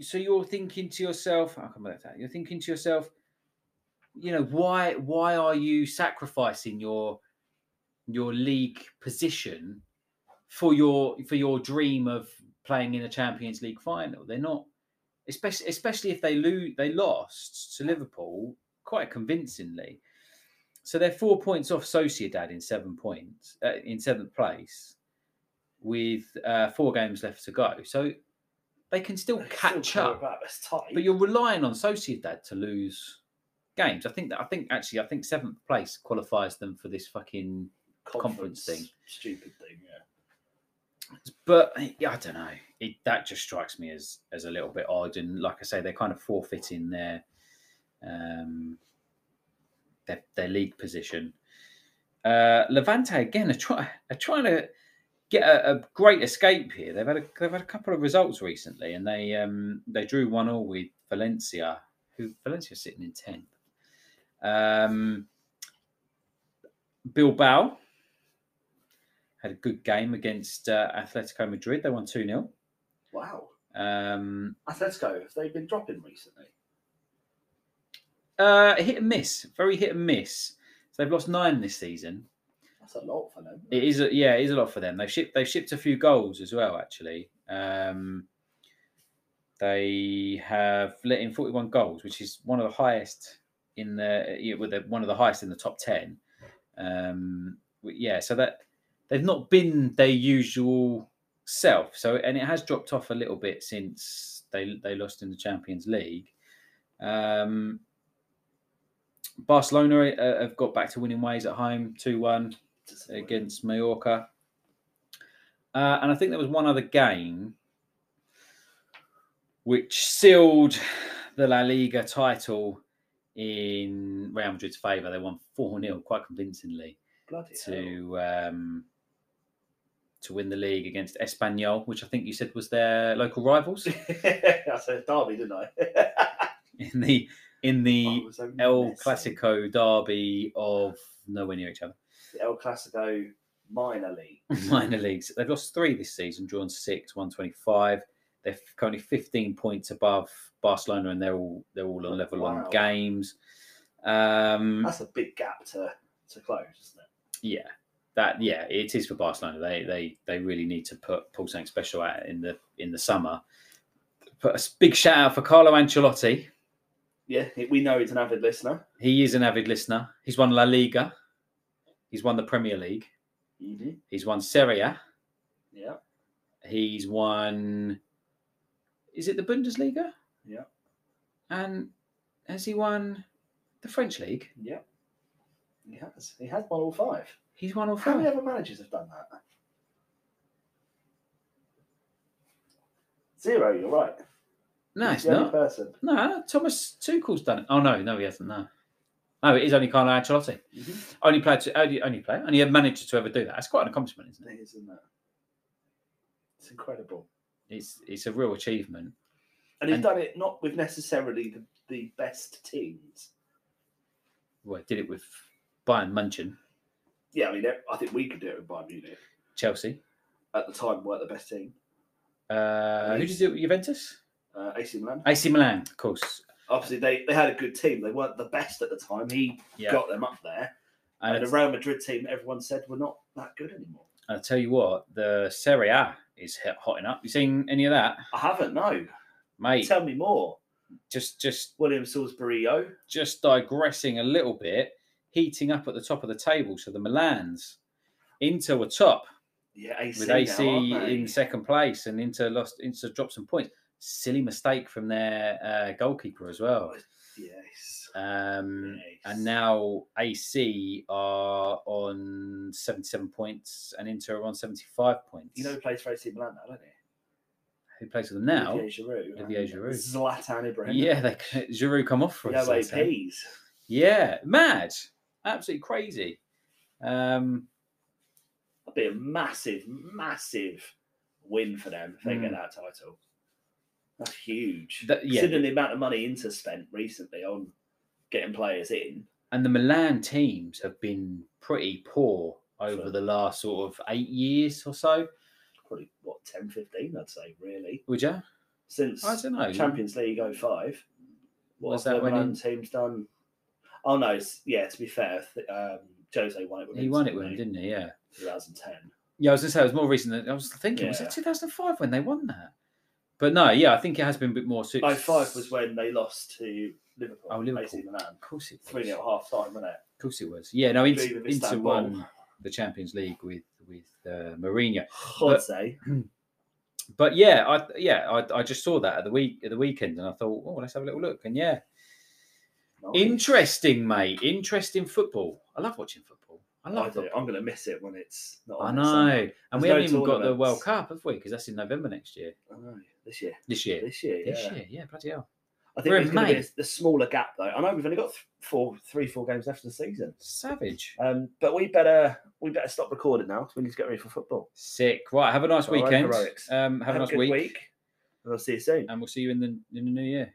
so you're thinking to yourself i'll come back to that you're thinking to yourself you know why why are you sacrificing your your league position for your for your dream of playing in a champions league final they're not especially especially if they lose they lost to liverpool quite convincingly so they're four points off sociedad in seven points uh, in seventh place with uh, four games left to go so they can still They catch still up clear it But it's tight. but you're relying on Sociedad to lose games. I think that I think actually I think seventh place qualifies them for this fucking. conference thing. Stupid thing. Yeah. But eh, yeah, I don't know. It, that just strikes me as as a little bit odd. And like I say, they're kind of forfeiting their um their, their league position. Uh, Levante again are, try, are trying to get a, a great escape here. They've had a, they've had a couple of results recently, and they um, they drew one all with Valencia, who Valencia sitting in tenth. Um, Bilbao had a good game against uh, Atletico Madrid. They won two 0 Wow. um, Atletico, have they been dropping recently? uh, Hit and miss, very hit and miss. So they've lost nine this season. That's a lot for them. It is, a, yeah, it is a lot for them. They've shipped, they've shipped a few goals as well, actually. Um, they have let in 41 goals, which is one of the highest in the, yeah, well, they're one of the highest in the top 10. Um, w- yeah, so that they've not been their usual self. So, and it has dropped off a little bit since they they lost in the Champions League. Um, Barcelona uh, have got back to winning ways at home, two one against Mallorca. Uh, and I think there was one other game which sealed the La Liga title in Real Madrid's favour. They won 4 0 quite convincingly Bloody hell. to um, to win the league against Espanyol, which I think you said was their local rivals I said Derby, didn't I? in the in I the was only El messing. Clasico derby of nowhere near each other. The El Clasico minor league. Minor leagues. They've lost three this season, drawn six, one twenty five. They're currently fifteen points above Barcelona, and they're all they're all on level Wow. on games. Um, That's a big gap to, to close, isn't it? yeah, that yeah, it is for Barcelona. They they they really need to put pull something special out in the in the summer. But a s- big shout out for Carlo Ancelotti. Yeah, we know he's an avid listener. He is an avid listener. He's won La Liga. He's won the Premier League. Mhm. He's won Serie. A. Yeah, He's won. Is it the Bundesliga? yeah, And has he won the French league? yeah. He has. He has won all five. He's won all How many five. other managers have done that? Zero, you're right. No, it's He's the only not. person. No, Thomas Tuchel's done it. Oh no, no, he hasn't. No, no, it is only Carlo Ancelotti. Mhm. Only player, to, only, only player, only a manager to ever do that. That's quite an accomplishment, isn't it? It is, isn't it? It's incredible. It's it's a real achievement. And he's And- done it not with necessarily the, the best teams. Well, he did it with Bayern Munchen, Yeah, I mean, eh, I think we could do it with Bayern Munich. Chelsea. At the time, weren't the best team. Uh, who did he do it with? Juventus? Uh, AC Milan. AC Milan, of course. Obviously, they, they had a good team. They weren't the best at the time. He Yeah. got them up there. And, and the I, Real Madrid team, everyone said, were not that good anymore. will tell you what, the Serie A is hot- hotting up. You seen any of that, I haven't, no. mate? Tell me more. Just just William Salisbury-O. just digressing a little bit, heating up at the top of the table. So the Milans, Inter were top Yeah, AC. with now, AC aren't they? in second place, and Inter lost. Inter dropped some points. Silly mistake from their uh, goalkeeper as well. Yes. Um, Oh, Nice. And now AC are on seventy-seven points, and Inter are on seventy-five points. You know who plays for AC Milan now, don't you? who plays with them now? Olivier Giroud. Olivier and Giroud. Zlatan Ibrahim. Yeah, they Giroud come off for us. No later. APs. Yeah, mad, absolutely crazy. Um, That'd be a massive, massive win for them if they get Mm. that title. That's huge. That- yeah. Considering the amount of money Inter spent recently on getting players in. and the Milan teams have been pretty poor over Sure. the last sort of eight years or so. Probably, what, 10, 15, I'd say, really. Would you? Since I don't know. Champions League 05. What Was have that the when Milan in- team's done? Oh, no. it's- Yeah, to be fair, th- um, Jose won it with He won it with him, didn't he? Yeah. 2010. Yeah, I was gonna say it was more recent than I was thinking. Was Yeah. it 2005 when they won that? But no, yeah, I think it has been a bit more. Su- Oh, five was when they lost to Liverpool. Oh, Liverpool. AC Milan. Of course it Three was. nil half time, wasn't it? Of course it was. Yeah, no, Inter, Dream of Inter Istanbul. won the Champions League with with uh, Mourinho. I'd say. But yeah, I yeah, I, I just saw that at the week at the weekend, and I thought, oh, let's have a little look. And yeah, Oh, Interesting, mate. Interesting football. I love watching football. I I love do. it. I'm going to miss it when it's not. I on know. next Sunday. And we There's no haven't even got the World tournaments. Cup, have we? Because that's in November next year. I know. This year. This year. This year. Yeah. This year. Yeah, bloody hell. I We're think in there's going to May. be a, a smaller gap though. I know we've only got th- four, three, four games left of the season. Savage. Um, but we better we better stop recording now. 'cause We need to get ready for football. Sick. Right. Have a nice All right, weekend. heroics. um, have, a nice good week. Um, and I'll see you soon. And we'll see you in the in the new year.